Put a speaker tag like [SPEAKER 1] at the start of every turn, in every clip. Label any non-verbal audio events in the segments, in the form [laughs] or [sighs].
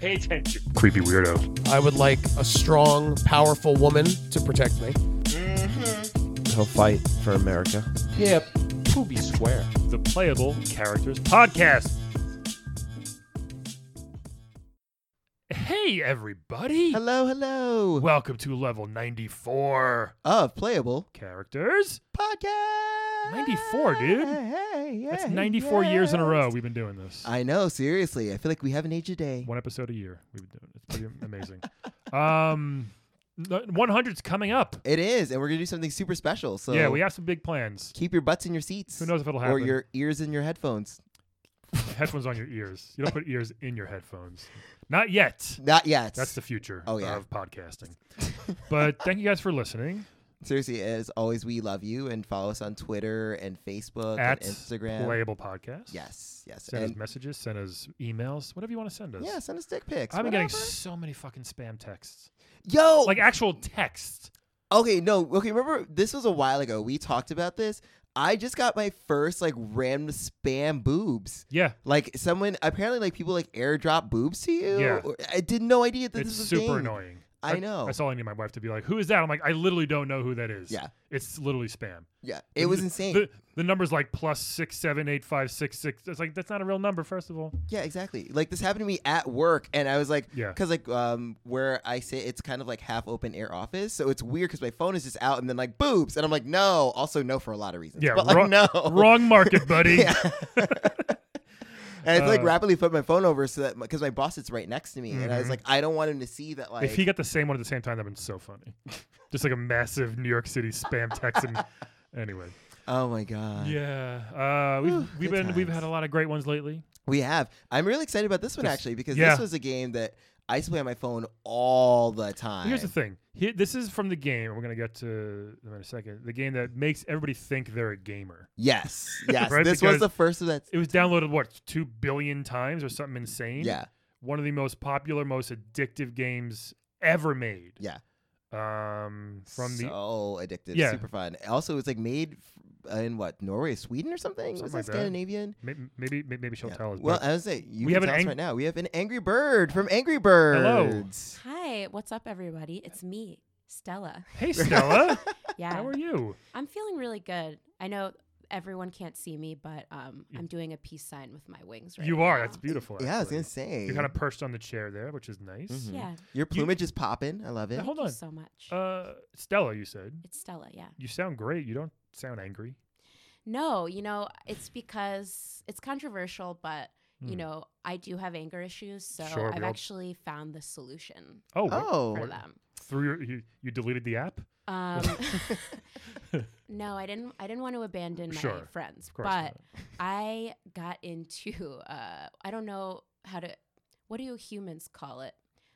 [SPEAKER 1] Pay attention. Creepy weirdo.
[SPEAKER 2] I would like a strong, powerful woman to protect me.
[SPEAKER 3] He'll fight for America.
[SPEAKER 4] Yeah, Poopy Square.
[SPEAKER 1] The Playable Characters Podcast. Hey, everybody.
[SPEAKER 3] Hello, hello.
[SPEAKER 1] Welcome to level 94
[SPEAKER 3] Of Playable
[SPEAKER 1] characters.
[SPEAKER 3] Podcast.
[SPEAKER 1] 94, dude.
[SPEAKER 3] Hey,
[SPEAKER 1] That's
[SPEAKER 3] yeah,
[SPEAKER 1] 94 years in a
[SPEAKER 3] yeah.
[SPEAKER 1] row we've been doing this.
[SPEAKER 3] I know, seriously. I feel like we haven't aged a day.
[SPEAKER 1] One episode a year we've been doing it. It's pretty
[SPEAKER 3] [laughs]
[SPEAKER 1] amazing. Um, 100's coming up.
[SPEAKER 3] It is, and we're going to do something super special. So
[SPEAKER 1] yeah, we have some big plans.
[SPEAKER 3] keep your butts in your seats.
[SPEAKER 1] Who knows if it'll happen?
[SPEAKER 3] Or your ears in your headphones.
[SPEAKER 1] headphones on your ears. You don't put ears in your headphones. Not yet.
[SPEAKER 3] Not yet.
[SPEAKER 1] That's the future
[SPEAKER 3] Oh, yeah.
[SPEAKER 1] of podcasting. but thank you guys for
[SPEAKER 3] [laughs]
[SPEAKER 1] listening.
[SPEAKER 3] Seriously, as always, we love you and follow us on Twitter and Facebook
[SPEAKER 1] At
[SPEAKER 3] and Instagram.
[SPEAKER 1] Playable Podcast.
[SPEAKER 3] Yes, yes.
[SPEAKER 1] Send us
[SPEAKER 3] And
[SPEAKER 1] messages, send us emails, whatever you want to send us.
[SPEAKER 3] yeah, send us dick pics.
[SPEAKER 1] I've been getting
[SPEAKER 3] whatever. Oh.
[SPEAKER 1] so many fucking spam texts.
[SPEAKER 3] Yo,
[SPEAKER 1] Like actual texts.
[SPEAKER 3] Okay, no, okay, remember this was a while ago. We talked about this. I just got my first like random spam boobs.
[SPEAKER 1] Yeah.
[SPEAKER 3] Like someone apparently like people like airdrop boobs to you.
[SPEAKER 1] Yeah.
[SPEAKER 3] Or- I did no idea that
[SPEAKER 1] It's
[SPEAKER 3] this was
[SPEAKER 1] super
[SPEAKER 3] a thing.
[SPEAKER 1] annoying.
[SPEAKER 3] I know.
[SPEAKER 1] That's all I need my wife to be like, who is that? I'm like, I literally don't know who that is.
[SPEAKER 3] Yeah.
[SPEAKER 1] It's literally spam.
[SPEAKER 3] Yeah. It was insane.
[SPEAKER 1] [laughs] The, the number's like plus six seven eight five six six. It's like that's not a real number, first
[SPEAKER 3] [laughs]
[SPEAKER 1] of all.
[SPEAKER 3] Yeah, exactly. Like this happened to me at work, and I was like,
[SPEAKER 1] Yeah.
[SPEAKER 3] because like um where I sit, it's kind of like half open air office, so it's weird because my phone is just out, and then like boobs, and I'm like, no, also no for a lot of reasons.
[SPEAKER 1] Yeah,
[SPEAKER 3] but like
[SPEAKER 1] wrong,
[SPEAKER 3] no,
[SPEAKER 1] wrong market, buddy.
[SPEAKER 3] [laughs]
[SPEAKER 1] [laughs]
[SPEAKER 3] Yeah. and I like
[SPEAKER 1] Uh,
[SPEAKER 3] rapidly put my phone over so that because my boss sits right next to me, and I was
[SPEAKER 1] Mhm.
[SPEAKER 3] like, I don't want him to see that like
[SPEAKER 1] if he got the same one at the same time, that'd been so
[SPEAKER 3] [laughs]
[SPEAKER 1] funny. Just like a massive New York City spam text. And anyway,
[SPEAKER 3] Oh my god.
[SPEAKER 1] yeah, uh,
[SPEAKER 3] Whew,
[SPEAKER 1] we've we've
[SPEAKER 3] good
[SPEAKER 1] been we've
[SPEAKER 3] times.
[SPEAKER 1] had a lot of great ones lately.
[SPEAKER 3] We have. I'm really excited about this one
[SPEAKER 1] This-
[SPEAKER 3] actually because
[SPEAKER 1] yeah.
[SPEAKER 3] this was a game that I used to play on my phone all the time.
[SPEAKER 1] Here's the thing. Here, this is from the game. and We're gonna get to them in a second. The game that makes everybody think they're a gamer. [laughs]
[SPEAKER 3] Yes. Yes.
[SPEAKER 1] Right,
[SPEAKER 3] this
[SPEAKER 1] because-
[SPEAKER 3] was the first of that.
[SPEAKER 1] It was downloaded what two billion times or something insane.
[SPEAKER 3] Yeah.
[SPEAKER 1] one of the most popular, most addictive games ever made.
[SPEAKER 3] Yeah.
[SPEAKER 1] Um, from the
[SPEAKER 3] so addictive.
[SPEAKER 1] Yeah.
[SPEAKER 3] Super fun. Also, it's like made f- uh, in what Norway, Sweden, or something.
[SPEAKER 1] Something
[SPEAKER 3] was
[SPEAKER 1] like
[SPEAKER 3] that
[SPEAKER 1] that.
[SPEAKER 3] Scandinavian?
[SPEAKER 1] may- maybe may- maybe she'll
[SPEAKER 3] Yeah.
[SPEAKER 1] tell us.
[SPEAKER 3] well,
[SPEAKER 1] but-
[SPEAKER 3] I was say you
[SPEAKER 1] We
[SPEAKER 3] can
[SPEAKER 1] have an
[SPEAKER 3] tell us
[SPEAKER 1] ang-
[SPEAKER 3] right now. We have an Angry Bird from Angry Birds.
[SPEAKER 5] Hi, what's up, everybody? It's me, Stella.
[SPEAKER 1] hey
[SPEAKER 3] [laughs]
[SPEAKER 1] Stella, [laughs]
[SPEAKER 5] Yeah,
[SPEAKER 1] how are you?
[SPEAKER 5] I'm feeling really good. I know everyone can't see me, but um,
[SPEAKER 1] You-
[SPEAKER 5] I'm doing a peace sign with my wings right
[SPEAKER 1] You are.
[SPEAKER 5] now.
[SPEAKER 1] That's beautiful.
[SPEAKER 3] Yeah, I was
[SPEAKER 1] actually.
[SPEAKER 3] gonna say.
[SPEAKER 1] You're kind of perched on the chair there, which is nice.
[SPEAKER 3] Mhm.
[SPEAKER 5] Yeah,
[SPEAKER 3] Your plumage is popping. I love it.
[SPEAKER 1] Now, hold
[SPEAKER 5] thank
[SPEAKER 1] on.
[SPEAKER 5] you so much.
[SPEAKER 1] Uh, Stella, you said
[SPEAKER 5] it's Stella. Yeah.
[SPEAKER 1] you sound great. You don't sound angry.
[SPEAKER 5] No, you know, it's because it's controversial, but you
[SPEAKER 1] Hmm.
[SPEAKER 5] know, I do have anger issues, so
[SPEAKER 1] Sure, we
[SPEAKER 5] I've
[SPEAKER 1] all-
[SPEAKER 5] actually found the solution
[SPEAKER 1] Oh, wait,
[SPEAKER 3] Oh.
[SPEAKER 5] for
[SPEAKER 3] What?
[SPEAKER 5] them.
[SPEAKER 1] through your you, you deleted the
[SPEAKER 3] [laughs]
[SPEAKER 1] app. [laughs]
[SPEAKER 5] Um, no, I didn't. I didn't want to abandon my
[SPEAKER 1] Sure,
[SPEAKER 5] friends,
[SPEAKER 1] Of course.
[SPEAKER 5] but
[SPEAKER 1] not.
[SPEAKER 5] I got into uh, I don't know how to what do humans call it?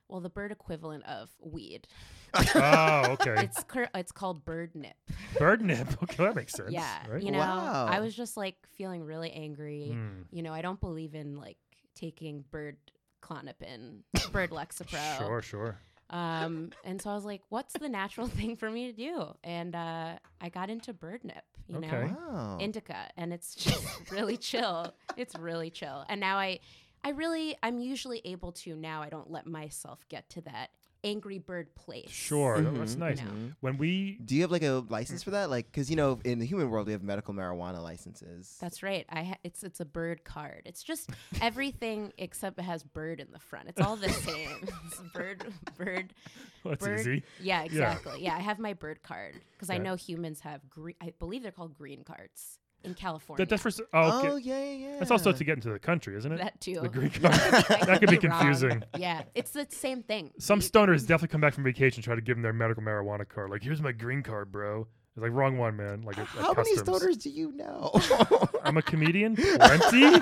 [SPEAKER 5] Well, the bird equivalent of
[SPEAKER 1] [laughs]
[SPEAKER 5] weed.
[SPEAKER 1] oh, okay.
[SPEAKER 5] It's cur- it's called bird nip.
[SPEAKER 1] Bird nip. [laughs] Okay, that makes sense.
[SPEAKER 5] yeah,
[SPEAKER 1] Right?
[SPEAKER 5] you know, I
[SPEAKER 3] Wow.
[SPEAKER 5] was just like feeling really angry.
[SPEAKER 1] Hmm,
[SPEAKER 5] You know, I don't believe in like taking bird clonopin, bird lexapro.
[SPEAKER 1] [laughs] Sure, sure.
[SPEAKER 5] Um, and so I was like, what's the natural [laughs] thing for me to do? And uh, I got into bird nip. You know,
[SPEAKER 1] Okay.
[SPEAKER 3] Wow.
[SPEAKER 5] indica and it's [laughs] just really chill it's really chill and now i i really i'm usually able to now i don't let myself get to that angry bird place
[SPEAKER 1] Sure. that- That's
[SPEAKER 3] Mhm,
[SPEAKER 1] nice.
[SPEAKER 3] mhm.
[SPEAKER 1] When we
[SPEAKER 3] Do you have like a license for
[SPEAKER 5] Mm-hmm.
[SPEAKER 3] that? Like, because you know, in the human world, we have medical marijuana licenses.
[SPEAKER 5] that's right i ha- it's it's a bird card it's
[SPEAKER 1] [laughs]
[SPEAKER 5] just everything except it has bird in the front it's all the same It's bird [laughs] bird
[SPEAKER 1] well, that's
[SPEAKER 5] bird
[SPEAKER 1] easy.
[SPEAKER 5] yeah exactly yeah. i have my bird card because i
[SPEAKER 1] Yeah.
[SPEAKER 5] know humans have green i believe they're called green cards in california
[SPEAKER 1] That, that's for s- oh, okay.
[SPEAKER 3] Oh yeah, yeah. yeah.
[SPEAKER 1] That's also to get into the country, isn't it?
[SPEAKER 5] [laughs] That too.
[SPEAKER 1] The green card.
[SPEAKER 5] [laughs] I
[SPEAKER 1] that could be
[SPEAKER 5] could be wrong.
[SPEAKER 1] confusing.
[SPEAKER 5] yeah it's the same thing
[SPEAKER 1] Some
[SPEAKER 5] You-
[SPEAKER 1] stoners definitely come back from vacation and try to give them their medical marijuana card. Like, here's my green card, bro. It's like wrong one, man. Like, at, at
[SPEAKER 3] How many
[SPEAKER 1] customs.
[SPEAKER 3] stoners do you know? [laughs]
[SPEAKER 1] I'm a comedian. Plenty.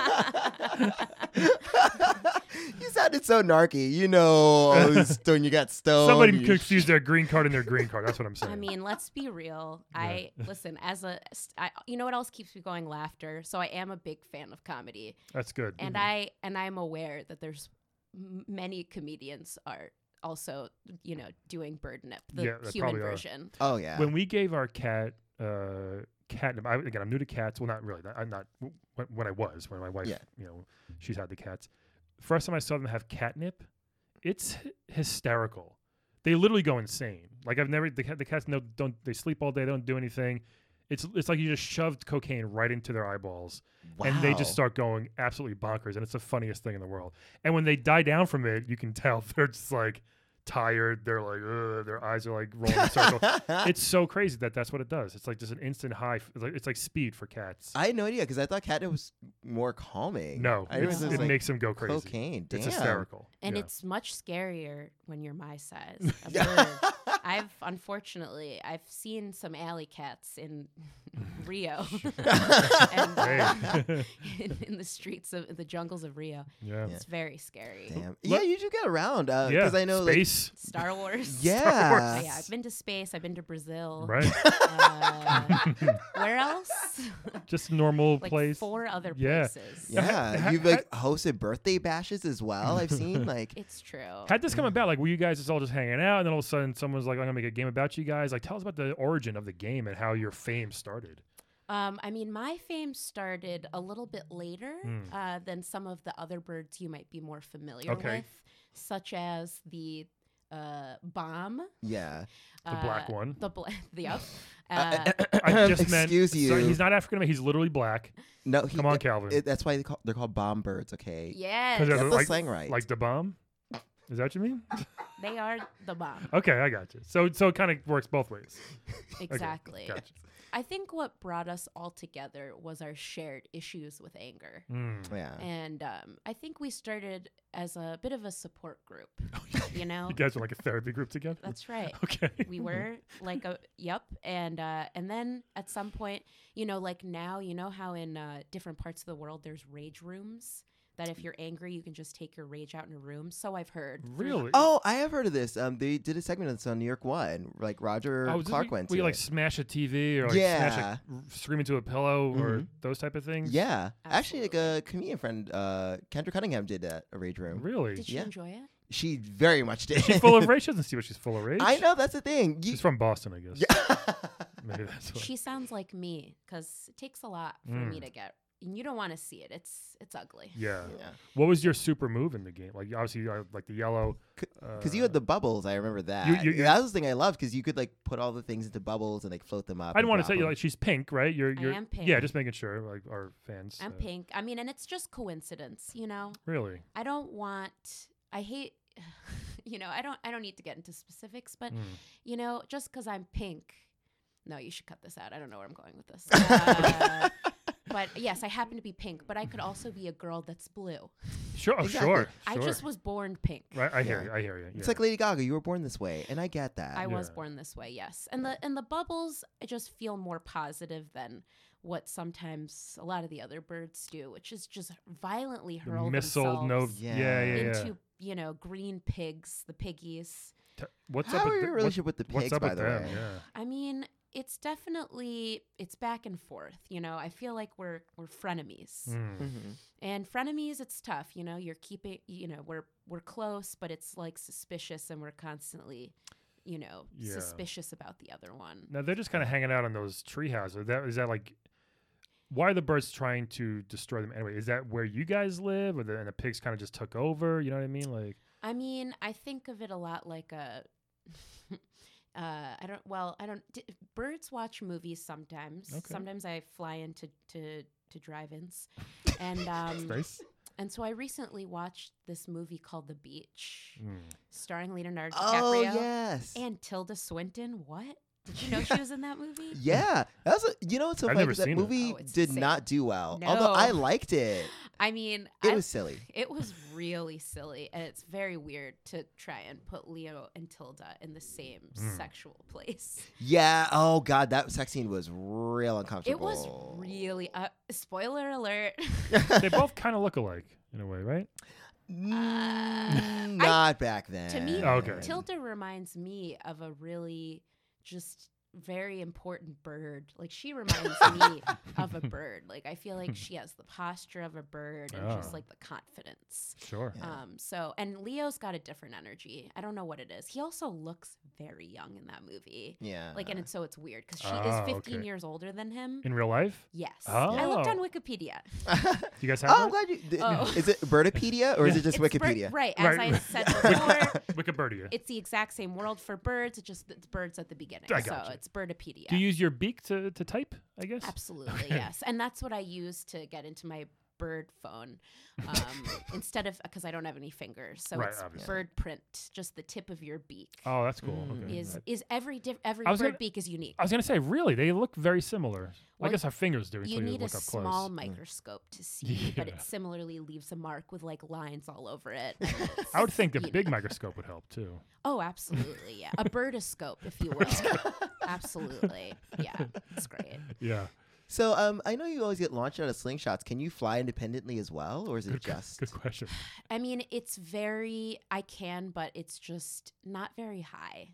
[SPEAKER 3] you sounded so narky. You know, oh,
[SPEAKER 1] [laughs]
[SPEAKER 3] stone. You got stoned.
[SPEAKER 1] Somebody
[SPEAKER 3] you-
[SPEAKER 1] confused their green card and their green card. That's what I'm saying.
[SPEAKER 5] I mean, let's be real.
[SPEAKER 1] [laughs]
[SPEAKER 5] I listen as a, st- I, you know what else keeps me going? Laughter. So I am a big fan of comedy,
[SPEAKER 1] that's good.
[SPEAKER 5] and I and I'm aware that there's m- many comedians are also, you know, doing bird nip, the
[SPEAKER 1] Yeah, they
[SPEAKER 5] human
[SPEAKER 1] probably are.
[SPEAKER 5] version.
[SPEAKER 3] Oh yeah.
[SPEAKER 1] when we gave our cat, uh, cat, I, again, I'm new to cats. Well, not really. Not- I'm not. When, when I was, when my wife,
[SPEAKER 3] Yeah.
[SPEAKER 1] you know, she's had the cats. First time I saw them have catnip, It's hy- hysterical. They literally go insane. Like I've never the, ca- the cats no don't they sleep all day, they don't do anything. It's it's like you just shoved cocaine right into their eyeballs and they just
[SPEAKER 3] Wow.
[SPEAKER 1] start going absolutely bonkers and it's the funniest thing in the world. And when they die down from it, you can tell [laughs] they're just like tired, they're like Ugh, their eyes are like rolling in a
[SPEAKER 3] [laughs]
[SPEAKER 1] circle. it's so crazy that that's what it does. It's like just an instant high. f- It's like, it's like speed for cats.
[SPEAKER 3] I had no idea because I thought catnip was more calming.
[SPEAKER 1] no,
[SPEAKER 3] I
[SPEAKER 1] it's-
[SPEAKER 3] realized
[SPEAKER 1] it
[SPEAKER 3] was like
[SPEAKER 1] makes them go crazy.
[SPEAKER 3] cocaine. Damn.
[SPEAKER 1] It's hysterical.
[SPEAKER 5] And
[SPEAKER 3] [laughs]
[SPEAKER 1] Yeah.
[SPEAKER 5] it's much scarier when you're my size.
[SPEAKER 1] [laughs]
[SPEAKER 5] A
[SPEAKER 3] Yeah.
[SPEAKER 5] bird. I've unfortunately I've seen some alley
[SPEAKER 1] [laughs]
[SPEAKER 5] cats in Rio and
[SPEAKER 1] [laughs]
[SPEAKER 5] uh,
[SPEAKER 1] Hey.
[SPEAKER 5] in, [laughs] in the streets of the jungles of Rio.
[SPEAKER 1] yeah.
[SPEAKER 5] It's very scary.
[SPEAKER 3] Damn. Yeah, you do get around because
[SPEAKER 1] yeah.
[SPEAKER 3] I know like
[SPEAKER 1] space. [laughs]
[SPEAKER 5] Star Wars.
[SPEAKER 3] yeah.
[SPEAKER 5] Oh, yeah, I've been to space. I've been to Brazil.
[SPEAKER 3] [laughs]
[SPEAKER 1] right.
[SPEAKER 5] Uh,
[SPEAKER 1] [laughs]
[SPEAKER 5] where else?
[SPEAKER 1] Just normal
[SPEAKER 5] like
[SPEAKER 1] place.
[SPEAKER 5] four other
[SPEAKER 1] Yeah.
[SPEAKER 5] places.
[SPEAKER 3] [laughs]
[SPEAKER 1] [laughs]
[SPEAKER 3] Yeah,
[SPEAKER 1] ha-
[SPEAKER 3] you've like hosted birthday bashes as well.
[SPEAKER 1] [laughs]
[SPEAKER 3] I've seen like
[SPEAKER 5] It's true.
[SPEAKER 1] How'd this come about? Like, were you guys just all just hanging out, and then all of a sudden, someone's like, "I'm gonna make a game about you guys." Like, tell us about the origin of the game and how your fame started.
[SPEAKER 5] Um, I mean, my fame started a little bit later
[SPEAKER 1] Hmm.
[SPEAKER 5] uh, than some of the other birds you might be more familiar
[SPEAKER 1] Okay.
[SPEAKER 5] with, such as the uh, bomb,
[SPEAKER 3] yeah.
[SPEAKER 5] the
[SPEAKER 1] black one.
[SPEAKER 5] the bla- [laughs] the up. Uh,
[SPEAKER 1] [coughs] I just meant,
[SPEAKER 3] excuse you.
[SPEAKER 1] so he's not African American. He's literally black.
[SPEAKER 3] no, he,
[SPEAKER 1] Come on, Calvin.
[SPEAKER 3] it- that's why they call, they're called bomb birds. Okay,
[SPEAKER 5] yes,
[SPEAKER 1] 'Cause
[SPEAKER 3] get
[SPEAKER 1] they're
[SPEAKER 3] the
[SPEAKER 1] like-
[SPEAKER 3] slang right.
[SPEAKER 1] Like the bomb. Is that what you
[SPEAKER 3] [laughs]
[SPEAKER 1] mean?
[SPEAKER 5] they are the bomb.
[SPEAKER 1] Okay, I got you. So, so it kind of works both ways.
[SPEAKER 5] Exactly.
[SPEAKER 1] gotcha.
[SPEAKER 5] I think what brought us all together was our shared issues with anger.
[SPEAKER 1] Mm.
[SPEAKER 3] yeah,
[SPEAKER 5] And um, I think we started as a bit of a support group,
[SPEAKER 1] [laughs] Oh,
[SPEAKER 5] you know?
[SPEAKER 1] You guys are like a therapy group together.
[SPEAKER 5] That's right.
[SPEAKER 1] [laughs] okay.
[SPEAKER 5] we were like a yep and uh and then at some point you know like now you know how in uh different parts of the world there's rage rooms that if you're angry you can just take your rage out in a room so i've heard through-
[SPEAKER 1] really.
[SPEAKER 3] Oh, I have heard of this. Um, they did a segment on this on New York One. Like Roger
[SPEAKER 1] Oh, is this
[SPEAKER 3] Clark
[SPEAKER 1] where,
[SPEAKER 3] went
[SPEAKER 1] where
[SPEAKER 3] to.
[SPEAKER 1] you like
[SPEAKER 3] it.
[SPEAKER 1] smash a TV or like
[SPEAKER 3] Yeah.
[SPEAKER 1] smash a, r- scream into a pillow or those type of things.
[SPEAKER 3] yeah, actually, like a comedian friend, uh, Kendra Cunningham did that a rage room.
[SPEAKER 1] really.
[SPEAKER 5] did you
[SPEAKER 3] Yeah.
[SPEAKER 5] enjoy it
[SPEAKER 3] She very much did.
[SPEAKER 1] She's full of rage. She doesn't see what she's full of rage.
[SPEAKER 3] [laughs] I know that's the thing. You-
[SPEAKER 1] She's from Boston, I guess.
[SPEAKER 3] yeah.
[SPEAKER 1] Maybe that's why.
[SPEAKER 5] she sounds like me because it takes a lot for
[SPEAKER 1] Mm.
[SPEAKER 5] me to get and you don't want to see it it's it's ugly
[SPEAKER 1] yeah.
[SPEAKER 3] [laughs] Yeah.
[SPEAKER 1] What was your super move in the game? Like obviously, uh, like the yellow. uh,
[SPEAKER 3] Because you had the bubbles, I remember that.
[SPEAKER 1] you- you-
[SPEAKER 3] that was the thing I loved because you could like put all the things into bubbles and like float them up.
[SPEAKER 1] I didn't want
[SPEAKER 3] want
[SPEAKER 1] to say you like she's pink, right? You're,
[SPEAKER 5] I
[SPEAKER 1] you're.
[SPEAKER 5] am
[SPEAKER 1] Yeah,
[SPEAKER 5] pink.
[SPEAKER 1] just making sure like our fans.
[SPEAKER 5] i'm
[SPEAKER 1] uh,
[SPEAKER 5] pink i mean and it's just coincidence you know
[SPEAKER 1] Really.
[SPEAKER 5] I don't want I hate [sighs] you know, I don't I don't need to get into specifics, but
[SPEAKER 1] Mm.
[SPEAKER 5] you know, just cuz I'm pink. No, you should cut this out. I don't know where I'm going with this. Uh, but yes, I happen to be pink, but I could also be a girl that's blue.
[SPEAKER 1] Sure. Oh,
[SPEAKER 3] Exactly.
[SPEAKER 1] sure.
[SPEAKER 5] I
[SPEAKER 1] sure.
[SPEAKER 5] just was born pink.
[SPEAKER 1] Right. I hear
[SPEAKER 3] Yeah.
[SPEAKER 1] you. I hear you.
[SPEAKER 3] It's
[SPEAKER 1] yeah.
[SPEAKER 3] like Lady Gaga. You were born this way, and I get that.
[SPEAKER 5] I was
[SPEAKER 1] Yeah.
[SPEAKER 5] born this way, yes. And the and the bubbles I just feel more positive than what sometimes a lot of the other birds do, which is just violently
[SPEAKER 1] The
[SPEAKER 5] hurl
[SPEAKER 1] missile. No.
[SPEAKER 5] themselves
[SPEAKER 1] Yeah.
[SPEAKER 3] Yeah.
[SPEAKER 1] Yeah. Yeah.
[SPEAKER 5] into, you know, green pigs, the piggies.
[SPEAKER 1] T- What's
[SPEAKER 3] How
[SPEAKER 1] up
[SPEAKER 3] are
[SPEAKER 1] with
[SPEAKER 3] your
[SPEAKER 1] the-
[SPEAKER 3] relationship with the
[SPEAKER 1] what's, What's
[SPEAKER 3] pigs,
[SPEAKER 1] up
[SPEAKER 3] by
[SPEAKER 1] with
[SPEAKER 3] the
[SPEAKER 1] them?
[SPEAKER 3] way?
[SPEAKER 1] Yeah.
[SPEAKER 5] I mean, it's definitely it's back and forth. You know, I feel like we're we're frenemies,
[SPEAKER 1] Mm.
[SPEAKER 3] Mhm.
[SPEAKER 5] and frenemies it's tough. You know, you're keeping. You know, we're we're close, but it's like suspicious, and we're constantly, you know,
[SPEAKER 1] Yeah.
[SPEAKER 5] suspicious about the other one.
[SPEAKER 1] Now they're just kind of hanging out on those tree houses. That is that like, why are the birds trying to destroy them anyway? Is that where you guys live, or the, and the pigs kind of just took over? You know what I mean? Like,
[SPEAKER 5] I mean, I think of it a lot like a. [laughs] Uh, I don't. Well, I don't. D- birds watch movies sometimes.
[SPEAKER 1] Okay.
[SPEAKER 5] Sometimes I fly into to to drive-ins,
[SPEAKER 1] [laughs]
[SPEAKER 5] and um,
[SPEAKER 1] nice.
[SPEAKER 5] And so I recently watched this movie called The Beach,
[SPEAKER 1] Mm.
[SPEAKER 5] starring Leonardo
[SPEAKER 3] Oh
[SPEAKER 5] DiCaprio
[SPEAKER 3] yes.
[SPEAKER 5] and Tilda Swinton. What? Did you know she was in that movie?
[SPEAKER 3] [laughs] yeah, that was. A, you know what's so
[SPEAKER 1] I've
[SPEAKER 3] funny?
[SPEAKER 1] never
[SPEAKER 3] 'Cause That
[SPEAKER 1] seen it.
[SPEAKER 3] movie
[SPEAKER 5] Oh, it's
[SPEAKER 3] did
[SPEAKER 5] insane.
[SPEAKER 3] not do well. Although
[SPEAKER 5] No.
[SPEAKER 3] I liked it.
[SPEAKER 5] I mean,
[SPEAKER 3] It
[SPEAKER 5] I-
[SPEAKER 3] was silly.
[SPEAKER 5] It was really silly, and it's very weird to try and put Leo and Tilda in the same sexual place.
[SPEAKER 3] Yeah. Oh god, that sex scene was real
[SPEAKER 5] It
[SPEAKER 3] uncomfortable.
[SPEAKER 5] was really. Uh, spoiler alert.
[SPEAKER 1] they both kind of look alike in a way, right?
[SPEAKER 3] Mm, not back then.
[SPEAKER 5] uh, to me,
[SPEAKER 1] Oh, okay.
[SPEAKER 5] Tilda reminds me of a really just very important bird. Like she reminds
[SPEAKER 1] [laughs]
[SPEAKER 5] me of a bird. Like I feel like she has the posture of a bird and
[SPEAKER 1] Ah.
[SPEAKER 5] just like the confidence.
[SPEAKER 1] Sure.
[SPEAKER 3] Yeah.
[SPEAKER 5] Um so and Leo's got a different energy. I don't know what it is. He also looks very young in that movie.
[SPEAKER 3] Yeah.
[SPEAKER 5] Like, and it's, so it's weird because she
[SPEAKER 1] Uh. Oh,
[SPEAKER 5] is 15
[SPEAKER 1] okay.
[SPEAKER 5] years older than him.
[SPEAKER 1] in real life.
[SPEAKER 5] yes. I looked
[SPEAKER 1] Oh.
[SPEAKER 5] on Wikipedia.
[SPEAKER 1] Do you guys have
[SPEAKER 3] oh, I'm
[SPEAKER 1] that?
[SPEAKER 3] glad you. Did.
[SPEAKER 5] Oh.
[SPEAKER 3] [laughs] Is it Birdopedia or is it just
[SPEAKER 5] It's bir-
[SPEAKER 3] Wikipedia?
[SPEAKER 5] right. As
[SPEAKER 1] Right.
[SPEAKER 5] I said before,
[SPEAKER 1] Wikipedia.
[SPEAKER 5] it's the exact same world for birds. It's just it's birds at the beginning.
[SPEAKER 1] I
[SPEAKER 5] so
[SPEAKER 1] gotcha.
[SPEAKER 5] it's birdopedia.
[SPEAKER 1] Do you use your beak to, to type? I guess.
[SPEAKER 5] Absolutely, yes. And that's what I use to get into my bird phone
[SPEAKER 1] [laughs]
[SPEAKER 5] um, instead of because I don't have any fingers. So
[SPEAKER 1] Right,
[SPEAKER 5] it's
[SPEAKER 1] obviously.
[SPEAKER 5] bird print, just the tip of your beak
[SPEAKER 1] Oh, that's cool.
[SPEAKER 3] Mm.
[SPEAKER 1] Okay.
[SPEAKER 5] is is every diff every
[SPEAKER 1] I
[SPEAKER 5] bird
[SPEAKER 1] was gonna-
[SPEAKER 5] beak is unique.
[SPEAKER 1] I was gonna say, really, they look very similar. I
[SPEAKER 5] Well,
[SPEAKER 1] guess our fingers do.
[SPEAKER 5] you
[SPEAKER 1] until
[SPEAKER 5] need a
[SPEAKER 1] look up close.
[SPEAKER 5] small microscope to see, but
[SPEAKER 1] Yeah.
[SPEAKER 5] it similarly leaves a mark with like lines all over it. [laughs] and
[SPEAKER 1] [laughs]
[SPEAKER 5] it's,
[SPEAKER 1] I would think the
[SPEAKER 5] you know.
[SPEAKER 1] big microscope would help too.
[SPEAKER 5] [laughs] Oh, absolutely, yeah.
[SPEAKER 1] [laughs]
[SPEAKER 5] A birdoscope, if you will. [laughs] absolutely, yeah. It's great.
[SPEAKER 1] Yeah.
[SPEAKER 3] So um, I know you always get launched out of slingshots. Can you fly independently as well, or is it
[SPEAKER 1] Good, que-
[SPEAKER 3] just?
[SPEAKER 1] good
[SPEAKER 5] [laughs]
[SPEAKER 1] question.
[SPEAKER 5] I mean, it's very, I can, but it's just not very high.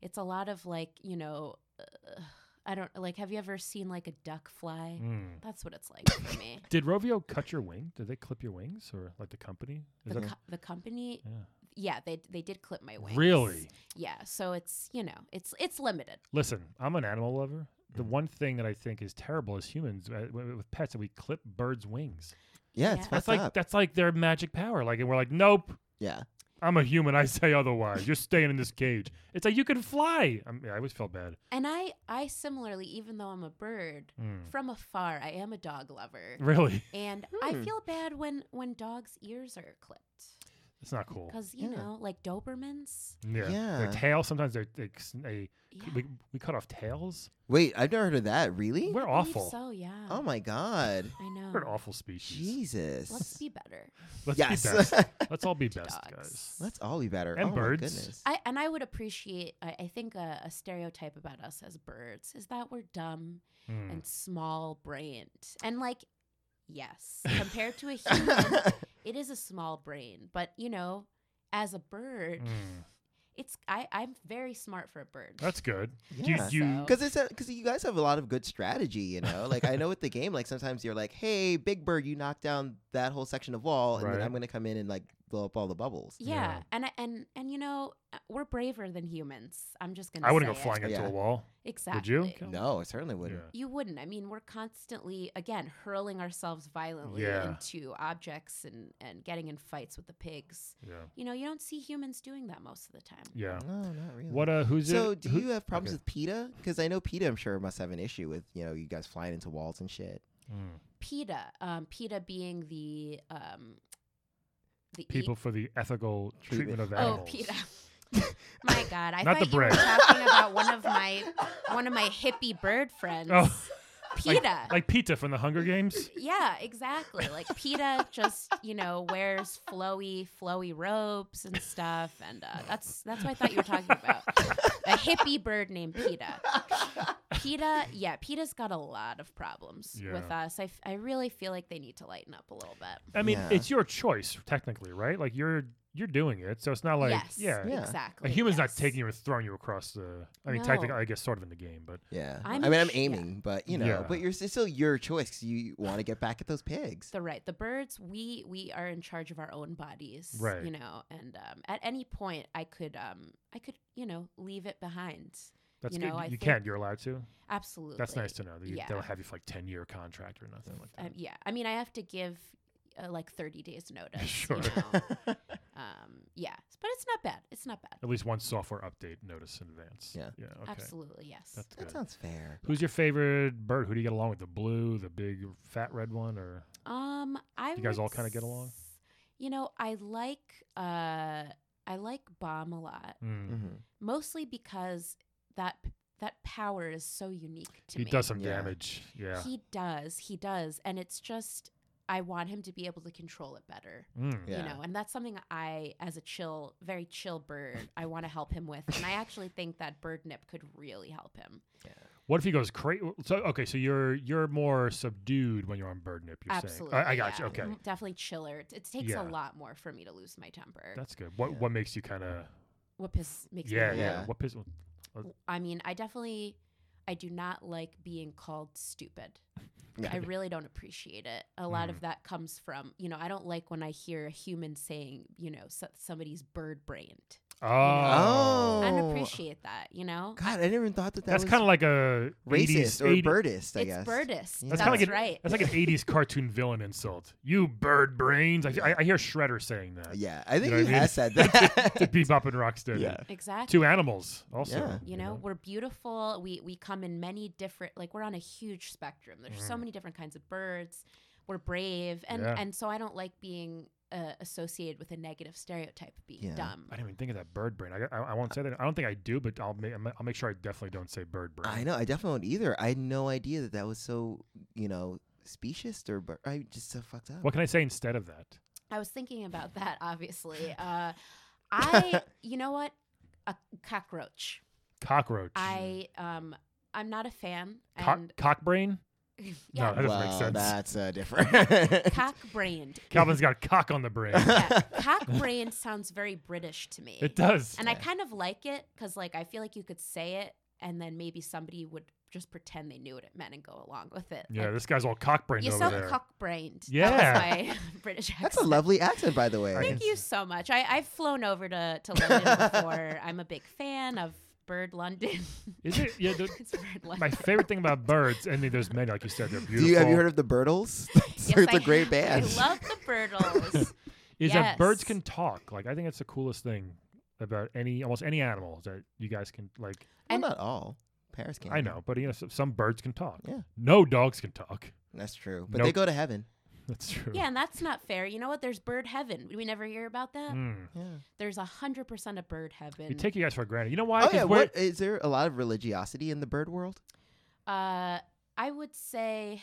[SPEAKER 5] It's a lot of like, you know, uh, I don't like, have you ever seen like a duck fly?
[SPEAKER 1] Mm.
[SPEAKER 5] That's what it's like
[SPEAKER 1] [laughs]
[SPEAKER 5] for me.
[SPEAKER 1] Did Rovio cut your wing? Did they clip your wings, or like the company? Is
[SPEAKER 5] The,
[SPEAKER 1] that-
[SPEAKER 5] co- the company,
[SPEAKER 1] yeah.
[SPEAKER 5] yeah, they, they did clip my wings.
[SPEAKER 1] Really?
[SPEAKER 5] Yeah. So it's, you know, it's, it's limited.
[SPEAKER 1] Listen, I'm an animal lover.
[SPEAKER 3] Mm.
[SPEAKER 1] The one thing that I think is terrible as humans uh, w- w- with pets that we clip birds' wings.
[SPEAKER 3] Yeah, it's
[SPEAKER 5] Yeah.
[SPEAKER 1] That's
[SPEAKER 3] fucked
[SPEAKER 1] like
[SPEAKER 3] up.
[SPEAKER 1] that's like their magic power. Like, and we're like, nope.
[SPEAKER 3] yeah.
[SPEAKER 1] I'm a human. [laughs] I say otherwise. You're staying in this cage. It's like you can fly. I, mean, I always felt bad.
[SPEAKER 5] And I, I similarly, even though I'm a bird,
[SPEAKER 3] Hmm.
[SPEAKER 1] Mm.
[SPEAKER 5] from afar, I am a dog lover.
[SPEAKER 1] [laughs] Really,
[SPEAKER 5] And I
[SPEAKER 3] Hmm.
[SPEAKER 5] feel bad when, when dogs' ears are clipped.
[SPEAKER 1] it's not cool.
[SPEAKER 5] Because, you
[SPEAKER 3] Yeah.
[SPEAKER 5] know, like Dobermans.
[SPEAKER 1] Yeah.
[SPEAKER 3] Yeah.
[SPEAKER 1] Their tail. Sometimes they're, they s- they
[SPEAKER 5] Yeah.
[SPEAKER 1] we, we cut off tails.
[SPEAKER 3] Wait, I've never heard of that. Really?
[SPEAKER 1] We're
[SPEAKER 5] I believe
[SPEAKER 1] awful.
[SPEAKER 5] So yeah.
[SPEAKER 3] Oh my god.
[SPEAKER 5] I
[SPEAKER 1] We're an
[SPEAKER 5] know.
[SPEAKER 1] awful species.
[SPEAKER 3] Jesus.
[SPEAKER 5] Let's be better.
[SPEAKER 1] Let's
[SPEAKER 3] yes.
[SPEAKER 1] be
[SPEAKER 3] [laughs]
[SPEAKER 1] best. Let's
[SPEAKER 5] [laughs]
[SPEAKER 1] all be best,
[SPEAKER 5] dogs.
[SPEAKER 1] guys.
[SPEAKER 3] Let's all be better.
[SPEAKER 1] And
[SPEAKER 3] oh
[SPEAKER 1] birds.
[SPEAKER 3] My goodness.
[SPEAKER 5] I and I would appreciate. I, I think a, a stereotype about us as birds is that we're dumb
[SPEAKER 1] Mm.
[SPEAKER 5] and small brained, and like,
[SPEAKER 1] [laughs]
[SPEAKER 5] yes, compared to a human, it is a small brain. But you know, as a bird,
[SPEAKER 1] Mm.
[SPEAKER 5] it's I I'm very smart for a bird.
[SPEAKER 1] That's good.
[SPEAKER 3] Yeah.
[SPEAKER 1] Do you, you
[SPEAKER 5] So-
[SPEAKER 3] Because it's because you guys have a lot of good strategy, you know. Like I know with the game, like sometimes you're like, "Hey, Big Bird, you knocked down that whole section of wall, and
[SPEAKER 1] Right.
[SPEAKER 3] then I'm gonna come in and like blow up all the bubbles."
[SPEAKER 5] [laughs] yeah,
[SPEAKER 1] Yeah.
[SPEAKER 5] and I and and you know, uh, we're braver than humans. I'm just gonna.
[SPEAKER 1] I wouldn't go
[SPEAKER 5] say it.
[SPEAKER 1] flying into
[SPEAKER 3] Yeah.
[SPEAKER 1] a wall.
[SPEAKER 5] Exactly.
[SPEAKER 1] Kel?
[SPEAKER 3] No, it certainly wouldn't.
[SPEAKER 1] Yeah.
[SPEAKER 5] You wouldn't. I mean, we're constantly again hurling ourselves violently
[SPEAKER 1] Yeah.
[SPEAKER 5] into objects and and getting in fights with the pigs.
[SPEAKER 1] Yeah.
[SPEAKER 5] You know, you don't see humans doing that most of the time.
[SPEAKER 1] Yeah.
[SPEAKER 3] No, not really.
[SPEAKER 1] What uh who's
[SPEAKER 3] so,
[SPEAKER 1] it?
[SPEAKER 3] do
[SPEAKER 1] who-
[SPEAKER 3] you have problems
[SPEAKER 1] okay.
[SPEAKER 3] with PETA? Because I know PETA, I'm sure, must have an issue with you know you guys flying into walls and shit.
[SPEAKER 1] Mm.
[SPEAKER 5] PETA, um, PETA being the um, the
[SPEAKER 1] people
[SPEAKER 5] e-
[SPEAKER 1] for the ethical treatment of
[SPEAKER 5] oh,
[SPEAKER 1] animals? [laughs]
[SPEAKER 5] PETA. my God, I
[SPEAKER 1] Not the
[SPEAKER 5] thought you were
[SPEAKER 1] bread.
[SPEAKER 5] talking about one of my one of my hippie bird friends,
[SPEAKER 1] [laughs] Oh.
[SPEAKER 5] PETA.
[SPEAKER 1] Like, like PETA from the Hunger Games?
[SPEAKER 5] Yeah, exactly. Like PETA just, you know, wears flowy, flowy robes and stuff, and uh, that's that's what I thought you were talking about. A hippie bird named PETA. PETA, yeah, PETA's got a lot of problems with
[SPEAKER 1] Yeah.
[SPEAKER 5] us. I, f- I really feel like they need to lighten up a little bit.
[SPEAKER 1] I mean,
[SPEAKER 3] Yeah.
[SPEAKER 1] it's your choice technically, right? Like you're you're doing it, so it's not like
[SPEAKER 5] yes,
[SPEAKER 1] yeah.
[SPEAKER 3] Yeah.
[SPEAKER 5] exactly.
[SPEAKER 1] A human's
[SPEAKER 5] yes.
[SPEAKER 1] not taking you and throwing you across the. I mean,
[SPEAKER 5] No.
[SPEAKER 1] technically, I guess sort of in the game, but
[SPEAKER 3] Yeah, i
[SPEAKER 5] I'm
[SPEAKER 3] mean, I'm
[SPEAKER 5] sh- yeah.
[SPEAKER 3] aiming, but you know,
[SPEAKER 1] Yeah.
[SPEAKER 3] but you're it's still your choice. 'cause you want to get back at those pigs.
[SPEAKER 1] [laughs]
[SPEAKER 5] The right, the birds. We we are in charge of our own bodies,
[SPEAKER 1] Right.
[SPEAKER 5] You know, and um, at any point, I could um, I could you know leave it behind.
[SPEAKER 1] that's
[SPEAKER 5] You
[SPEAKER 1] good.
[SPEAKER 5] know, I
[SPEAKER 1] you
[SPEAKER 5] think-
[SPEAKER 1] can. You're allowed to.
[SPEAKER 5] Absolutely,
[SPEAKER 1] That's nice to know that you,
[SPEAKER 5] Yeah.
[SPEAKER 1] they'll have you for like ten year contract or nothing like that.
[SPEAKER 5] Um, yeah, I mean, I have to give uh, like 30
[SPEAKER 1] [laughs]
[SPEAKER 5] days notice.
[SPEAKER 1] Sure.
[SPEAKER 5] You know? um, yeah, but it's not bad. It's not bad.
[SPEAKER 1] At least one software update notice in advance.
[SPEAKER 3] Yeah.
[SPEAKER 1] Yeah. Okay.
[SPEAKER 5] Absolutely, yes.
[SPEAKER 1] That's
[SPEAKER 3] that
[SPEAKER 1] good.
[SPEAKER 3] sounds fair.
[SPEAKER 1] Who's your favorite bird? Who do you get along with? The blue, the big fat red one, or
[SPEAKER 5] um, I.
[SPEAKER 1] You guys
[SPEAKER 5] would
[SPEAKER 1] all kinda get along?
[SPEAKER 5] s- You know, I like uh, I like Bomb a lot,
[SPEAKER 1] Mm.
[SPEAKER 3] hmm
[SPEAKER 5] mostly because that p- that power is so unique to
[SPEAKER 1] he
[SPEAKER 5] me.
[SPEAKER 1] does some
[SPEAKER 3] Yeah.
[SPEAKER 1] damage? Yeah.
[SPEAKER 5] He does. He does, and it's just I want him to be able to control it better.
[SPEAKER 1] Mm.
[SPEAKER 3] Yeah.
[SPEAKER 5] you know and that's something i as a chill very chill bird i want to help him with and i actually think that bird nip could really help him
[SPEAKER 1] What if he goes crazy? So okay, so you're you're more subdued when you're on bird nip. You're
[SPEAKER 5] absolutely
[SPEAKER 1] saying. I, I got
[SPEAKER 5] yeah. Mm-hmm.
[SPEAKER 1] you. Okay,
[SPEAKER 5] M- definitely chiller it, it takes
[SPEAKER 1] Yeah.
[SPEAKER 5] a lot more for me to lose my temper
[SPEAKER 1] that's good. What
[SPEAKER 3] Yeah.
[SPEAKER 1] what makes you kind of
[SPEAKER 5] what piss makes
[SPEAKER 1] yeah, yeah
[SPEAKER 5] me
[SPEAKER 3] Yeah.
[SPEAKER 1] What piss?
[SPEAKER 5] i mean i definitely i do not like being called
[SPEAKER 1] [laughs]
[SPEAKER 5] stupid
[SPEAKER 3] Yeah.
[SPEAKER 5] i really don't appreciate it a lot
[SPEAKER 1] Mm.
[SPEAKER 5] of that comes from you know i don't like when i hear a human saying you know so, somebody's bird brained
[SPEAKER 1] Oh.
[SPEAKER 5] I don't
[SPEAKER 3] Oh.
[SPEAKER 5] appreciate that, you know?
[SPEAKER 3] God, I never even thought that that
[SPEAKER 1] That's
[SPEAKER 3] was
[SPEAKER 1] kind of like a
[SPEAKER 3] racist
[SPEAKER 1] 80s,
[SPEAKER 3] or
[SPEAKER 1] 80
[SPEAKER 3] birdist. I
[SPEAKER 5] it's
[SPEAKER 3] guess Yeah.
[SPEAKER 5] Birdist. That's,
[SPEAKER 1] That's kinda like an-
[SPEAKER 5] right.
[SPEAKER 1] That's like an 80s cartoon villain insult. You bird brains. I, I, I hear Shredder saying
[SPEAKER 3] [laughs]
[SPEAKER 1] that.
[SPEAKER 3] Yeah, I think
[SPEAKER 1] know
[SPEAKER 3] you
[SPEAKER 1] what I mean? [laughs]
[SPEAKER 3] have said that.
[SPEAKER 1] To Bebop and Rocksteady.
[SPEAKER 3] Yeah.
[SPEAKER 5] exactly.
[SPEAKER 1] Two animals also.
[SPEAKER 3] Yeah.
[SPEAKER 5] you know, we're beautiful. We we come in many different like we're on a huge spectrum. There's so
[SPEAKER 1] Mhm.
[SPEAKER 5] many different kinds of birds. We're brave and
[SPEAKER 1] Yeah.
[SPEAKER 5] and so I don't like being uh, associated with a negative stereotype of being
[SPEAKER 3] Yeah.
[SPEAKER 5] dumb.
[SPEAKER 1] I didn't even think of that bird brain. I, I, I won't say that. I don't think I do, but I'll make, I'll make sure I definitely don't say bird brain.
[SPEAKER 3] [laughs] I know. I definitely don't either. I had no idea that that was so you know specious or bir- I just so fucked up.
[SPEAKER 1] What can I say instead of that?
[SPEAKER 5] I was thinking about that
[SPEAKER 1] [laughs]
[SPEAKER 5] obviously. Uh, I you know what? A cockroach.
[SPEAKER 1] Cockroach.
[SPEAKER 5] I um I'm not a fan
[SPEAKER 1] Mm. Cock,
[SPEAKER 5] and [laughs]
[SPEAKER 1] cock brain?
[SPEAKER 5] yeah,
[SPEAKER 1] No, that doesn't make
[SPEAKER 3] Wow,
[SPEAKER 1] sense.
[SPEAKER 3] that's uh, different.
[SPEAKER 5] cock-brained.
[SPEAKER 1] Calvin's got cock on the
[SPEAKER 5] [laughs]
[SPEAKER 1] brain. [laughs]
[SPEAKER 5] Yeah, cock-brained sounds very British to me.
[SPEAKER 1] it does.
[SPEAKER 5] And I kind of like it because, like, I feel like you could say it, and then maybe somebody would just pretend they knew what it meant and go along with it.
[SPEAKER 1] yeah,
[SPEAKER 5] Like,
[SPEAKER 1] this guy's all cock brained
[SPEAKER 5] you
[SPEAKER 1] over
[SPEAKER 5] sound
[SPEAKER 1] there.
[SPEAKER 5] [laughs] cock-brained.
[SPEAKER 1] Yeah.
[SPEAKER 5] that was my
[SPEAKER 1] [laughs]
[SPEAKER 5] [laughs] British
[SPEAKER 3] [laughs]
[SPEAKER 5] accent.
[SPEAKER 3] that's a lovely accent, by the way.
[SPEAKER 1] I
[SPEAKER 5] Thank you so much. I, I've flown over to
[SPEAKER 1] [laughs]
[SPEAKER 5] to London before. I'm a big fan of Bird London.
[SPEAKER 1] [laughs] Is it?
[SPEAKER 5] [laughs]
[SPEAKER 1] Yeah, the,
[SPEAKER 5] it's Bird London.
[SPEAKER 1] my favorite thing about birds, and there's many, like you said, they're
[SPEAKER 3] Do
[SPEAKER 1] beautiful.
[SPEAKER 3] you have you heard of the [laughs] Birdles? [laughs] it's
[SPEAKER 5] Yes,
[SPEAKER 3] a
[SPEAKER 5] [laughs] I
[SPEAKER 3] great
[SPEAKER 5] have.
[SPEAKER 3] band.
[SPEAKER 5] I love the
[SPEAKER 1] [laughs]
[SPEAKER 5] Birdles.
[SPEAKER 1] is that birds
[SPEAKER 5] Yes.
[SPEAKER 1] can talk. Like I think that's the coolest thing about any almost any animal is that you guys can like.
[SPEAKER 3] well,
[SPEAKER 5] and-
[SPEAKER 3] not all. Paris can.
[SPEAKER 1] I know, but you know, s- some birds can talk.
[SPEAKER 3] Yeah.
[SPEAKER 1] No dogs can talk. [laughs]
[SPEAKER 3] That's true. But
[SPEAKER 1] Nope.
[SPEAKER 3] they go to heaven.
[SPEAKER 1] That's true.
[SPEAKER 5] yeah, and that's not fair. You know what? There's bird heaven. We never hear about that.
[SPEAKER 1] Mm.
[SPEAKER 3] Yeah.
[SPEAKER 5] There's a hundred percent of bird heaven.
[SPEAKER 1] You take you guys for granted. You know why?
[SPEAKER 3] Oh
[SPEAKER 1] 'Cause
[SPEAKER 3] yeah.
[SPEAKER 1] we're-
[SPEAKER 3] What is there a lot of religiosity in the bird world?
[SPEAKER 5] Uh, I would say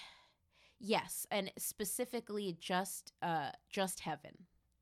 [SPEAKER 5] yes, and specifically just uh, just heaven.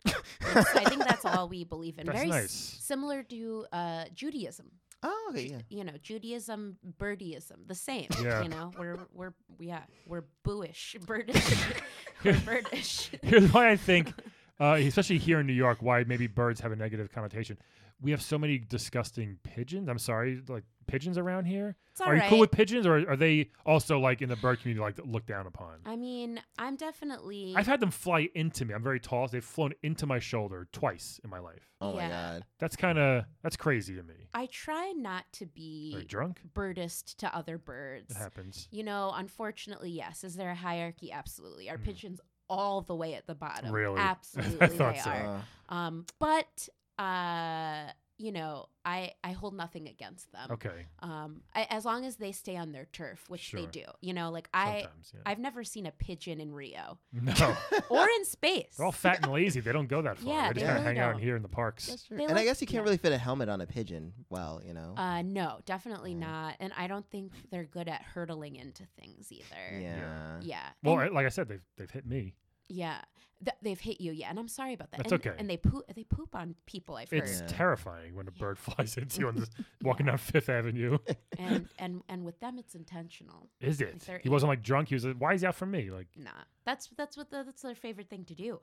[SPEAKER 5] It's- I think that's all we believe
[SPEAKER 1] [laughs]
[SPEAKER 5] in.
[SPEAKER 1] That's
[SPEAKER 5] Very s-
[SPEAKER 1] nice.
[SPEAKER 5] similar to uh, Judaism.
[SPEAKER 3] Oh okay. Yeah.
[SPEAKER 5] You know, Judaism, birdism, the same.
[SPEAKER 1] Yeah.
[SPEAKER 5] You know, we're we're yeah, we're booish, birdish, [laughs] we're birdish.
[SPEAKER 1] [laughs]
[SPEAKER 5] [laughs]
[SPEAKER 1] Here's why I think, uh, especially here in New York, why maybe birds have a negative connotation. We have so many disgusting pigeons. I'm sorry, like pigeons around here.
[SPEAKER 5] It's all
[SPEAKER 1] are
[SPEAKER 5] right.
[SPEAKER 1] you cool with pigeons, or are they also like in the bird community like looked down upon?
[SPEAKER 5] I mean, I'm definitely.
[SPEAKER 1] I've had them fly into me. I'm very tall. so They've flown into my shoulder twice in my life.
[SPEAKER 3] Oh my
[SPEAKER 5] Yeah.
[SPEAKER 3] god.
[SPEAKER 1] That's kind of that's crazy to me.
[SPEAKER 5] I try not to
[SPEAKER 1] Are you
[SPEAKER 5] be
[SPEAKER 1] drunk?
[SPEAKER 5] birdist to other birds.
[SPEAKER 1] It happens.
[SPEAKER 5] You know, unfortunately, yes. Is there a hierarchy? Absolutely. Are
[SPEAKER 1] Mm.
[SPEAKER 5] pigeons all the way at the bottom?
[SPEAKER 1] Really? [laughs] I
[SPEAKER 5] Absolutely,
[SPEAKER 1] thought
[SPEAKER 5] they
[SPEAKER 1] so.
[SPEAKER 5] are.
[SPEAKER 3] Uh,
[SPEAKER 5] Um, but uh, you know, I I hold nothing against them.
[SPEAKER 1] Okay.
[SPEAKER 5] Um, I, as long as they stay on their turf, which they
[SPEAKER 1] Sure.
[SPEAKER 5] do. You know, like I.
[SPEAKER 1] Sometimes, yeah.
[SPEAKER 5] I've never seen a pigeon in Rio
[SPEAKER 1] [laughs]
[SPEAKER 5] [laughs]
[SPEAKER 1] no,
[SPEAKER 5] or in space.
[SPEAKER 1] they're all fat and lazy. They don't go that far.
[SPEAKER 5] Yeah,
[SPEAKER 1] they just
[SPEAKER 3] they
[SPEAKER 1] kind of
[SPEAKER 5] really
[SPEAKER 1] hang out
[SPEAKER 5] don't.
[SPEAKER 1] here in the parks.
[SPEAKER 3] that's true.
[SPEAKER 5] They
[SPEAKER 3] And I
[SPEAKER 5] like-
[SPEAKER 3] guess you can't
[SPEAKER 5] yeah.
[SPEAKER 3] really fit a helmet on a pigeon. Well, you know.
[SPEAKER 5] Uh, no, definitely
[SPEAKER 1] Mm.
[SPEAKER 3] Yeah.
[SPEAKER 5] not. And I don't think they're good at hurtling into things either.
[SPEAKER 3] yeah.
[SPEAKER 5] Yeah.
[SPEAKER 1] Well,
[SPEAKER 5] And-
[SPEAKER 1] I- like I said, they've they've hit me.
[SPEAKER 5] Yeah, Th- they've hit you. Yeah, and I'm sorry about that.
[SPEAKER 1] That's
[SPEAKER 5] and,
[SPEAKER 1] okay.
[SPEAKER 5] And they poop. They poop on people. I've heard.
[SPEAKER 1] It's
[SPEAKER 3] Yeah.
[SPEAKER 1] terrifying when a
[SPEAKER 5] Yeah.
[SPEAKER 1] bird [laughs] flies into you on this, walking down Fifth Avenue.
[SPEAKER 5] and and and with them, it's intentional.
[SPEAKER 1] Is
[SPEAKER 5] Like
[SPEAKER 1] it?
[SPEAKER 5] they're
[SPEAKER 1] He wasn't like drunk. He was like, "Why is he out for me?" Like,
[SPEAKER 5] Nah, that's that's what the, that's their favorite thing to do,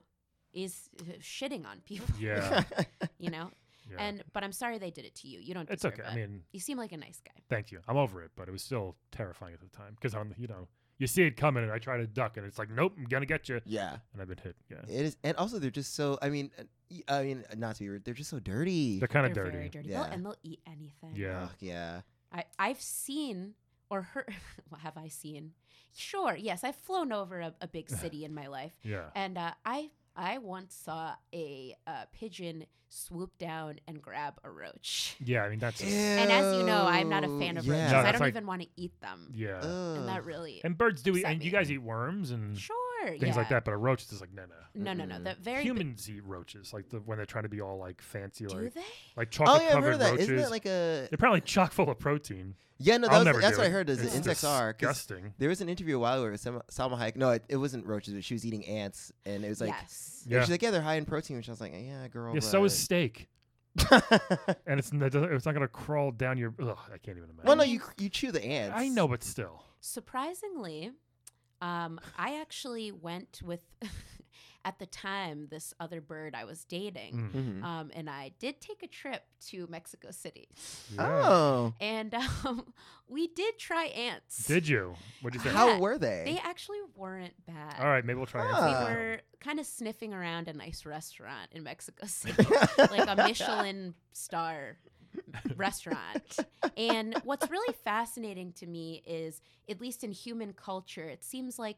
[SPEAKER 5] is uh, shitting on people.
[SPEAKER 1] yeah,
[SPEAKER 5] [laughs] you know.
[SPEAKER 1] yeah.
[SPEAKER 5] And but I'm sorry they did it to you. You don't.
[SPEAKER 1] it's
[SPEAKER 5] deserve
[SPEAKER 1] okay.
[SPEAKER 5] It.
[SPEAKER 1] I mean,
[SPEAKER 5] you seem like a nice guy.
[SPEAKER 1] thank you. I'm over it, but it was still terrifying at the time because I'm, you know, you see it coming, and I try to duck, and it's like, "Nope, I'm gonna get you,"
[SPEAKER 3] [laughs] yeah.
[SPEAKER 1] and I've been hit. Yeah,
[SPEAKER 3] It is, and also they're just so. I mean, uh, y- I mean, not to be rude, they're just so dirty.
[SPEAKER 1] they're kind of
[SPEAKER 5] They're
[SPEAKER 1] dirty.
[SPEAKER 5] Very dirty.
[SPEAKER 3] Yeah.
[SPEAKER 5] They'll, and they'll eat anything.
[SPEAKER 1] Yeah,
[SPEAKER 3] Ugh, yeah.
[SPEAKER 5] I I've seen or heard. [laughs] what have I seen? Sure. Yes, I've flown over a,
[SPEAKER 1] [laughs]
[SPEAKER 5] a big city in my life.
[SPEAKER 1] yeah.
[SPEAKER 5] And uh, I I once saw a uh, pigeon swoop down and grab a roach.
[SPEAKER 1] Yeah, I mean that's
[SPEAKER 5] And as you know, I'm not a fan of
[SPEAKER 3] Ew,
[SPEAKER 5] roaches.
[SPEAKER 1] No,
[SPEAKER 5] I
[SPEAKER 1] that's
[SPEAKER 5] don't
[SPEAKER 1] like-
[SPEAKER 5] even want to eat them.
[SPEAKER 1] yeah.
[SPEAKER 5] And that
[SPEAKER 3] Oh, Ugh.
[SPEAKER 5] really
[SPEAKER 1] and birds do eat,
[SPEAKER 5] upset
[SPEAKER 1] and you
[SPEAKER 5] me.
[SPEAKER 1] guys eat worms and
[SPEAKER 5] sure
[SPEAKER 1] things
[SPEAKER 5] yeah.
[SPEAKER 1] like that, but a roach is just like no, no.
[SPEAKER 5] No, no, no.
[SPEAKER 3] Mm-mm.
[SPEAKER 5] The very bi-
[SPEAKER 1] Humans eat roaches, like the when they're trying to be all like fancy,
[SPEAKER 5] do
[SPEAKER 1] like
[SPEAKER 5] they?
[SPEAKER 1] like
[SPEAKER 3] Oh
[SPEAKER 1] chocolate
[SPEAKER 3] yeah, I've
[SPEAKER 1] covered
[SPEAKER 3] heard of that.
[SPEAKER 1] roaches.
[SPEAKER 3] Isn't that like a?
[SPEAKER 1] they're apparently chock full of protein.
[SPEAKER 3] Yeah, no,
[SPEAKER 1] I'll
[SPEAKER 3] that
[SPEAKER 1] never
[SPEAKER 3] was, that's
[SPEAKER 1] do
[SPEAKER 3] what I
[SPEAKER 1] it.
[SPEAKER 3] heard. Is that
[SPEAKER 1] It's
[SPEAKER 3] insects are? 'cause
[SPEAKER 1] disgusting.
[SPEAKER 3] There was an interview a while ago with Sel- Salma Hayek. No, it, it wasn't roaches, but she was eating ants, and it was like,
[SPEAKER 5] yes.
[SPEAKER 3] and
[SPEAKER 1] Yeah.
[SPEAKER 3] she's like, yeah, they're high in protein, which I was like, yeah, girl.
[SPEAKER 1] Yeah, so is
[SPEAKER 3] but- [laughs]
[SPEAKER 1] steak, and it's n- it doesn't- it's not gonna crawl down your. Ugh, I can't even imagine.
[SPEAKER 3] well, no, you you chew the ants.
[SPEAKER 1] I know, but still,
[SPEAKER 5] Surprisingly, um, I actually went with [laughs] at the time this other bird I was dating.
[SPEAKER 1] Mm.
[SPEAKER 3] Mhm.
[SPEAKER 5] Um, and I did take a trip to Mexico City,
[SPEAKER 1] Yeah.
[SPEAKER 3] Oh,
[SPEAKER 5] and [laughs] um, we did try ants.
[SPEAKER 1] Did you? What'd you think?
[SPEAKER 3] how
[SPEAKER 5] Yeah.
[SPEAKER 3] were they?
[SPEAKER 5] They actually weren't bad.
[SPEAKER 1] All right, Ah. maybe we'll try
[SPEAKER 3] We
[SPEAKER 5] We
[SPEAKER 1] answering that one.
[SPEAKER 5] were kind of sniffing around a nice restaurant in
[SPEAKER 1] [laughs]
[SPEAKER 5] Mexico City,
[SPEAKER 3] [laughs]
[SPEAKER 5] like a Michelin star restaurant. And what's really fascinating to me is, at least in human culture, it seems like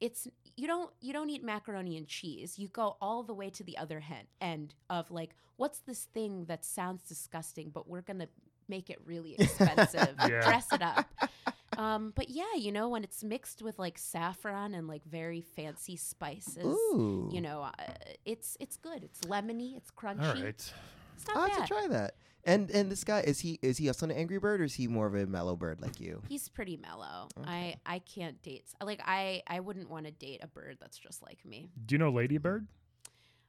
[SPEAKER 5] it's you don't you don't eat macaroni and cheese. You go all the way to the other hen- end of like, what's this thing that sounds disgusting, but we're gonna make it really expensive,
[SPEAKER 1] Yeah.
[SPEAKER 5] dress it up. Um, but yeah, you know, when it's mixed with like saffron and like very fancy spices,
[SPEAKER 3] Ooh.
[SPEAKER 5] you know, uh, it's it's good. It's lemony. It's crunchy.
[SPEAKER 1] Mm. All right.
[SPEAKER 5] It's not
[SPEAKER 3] I'll have
[SPEAKER 5] bad.
[SPEAKER 3] to Oh, try that. And and this guy is he is he also an angry bird or is he more of a mellow bird like you?
[SPEAKER 5] He's pretty mellow. I I can't date s- like I I wouldn't want to date a bird that's just like me.
[SPEAKER 1] Do you know Ladybird?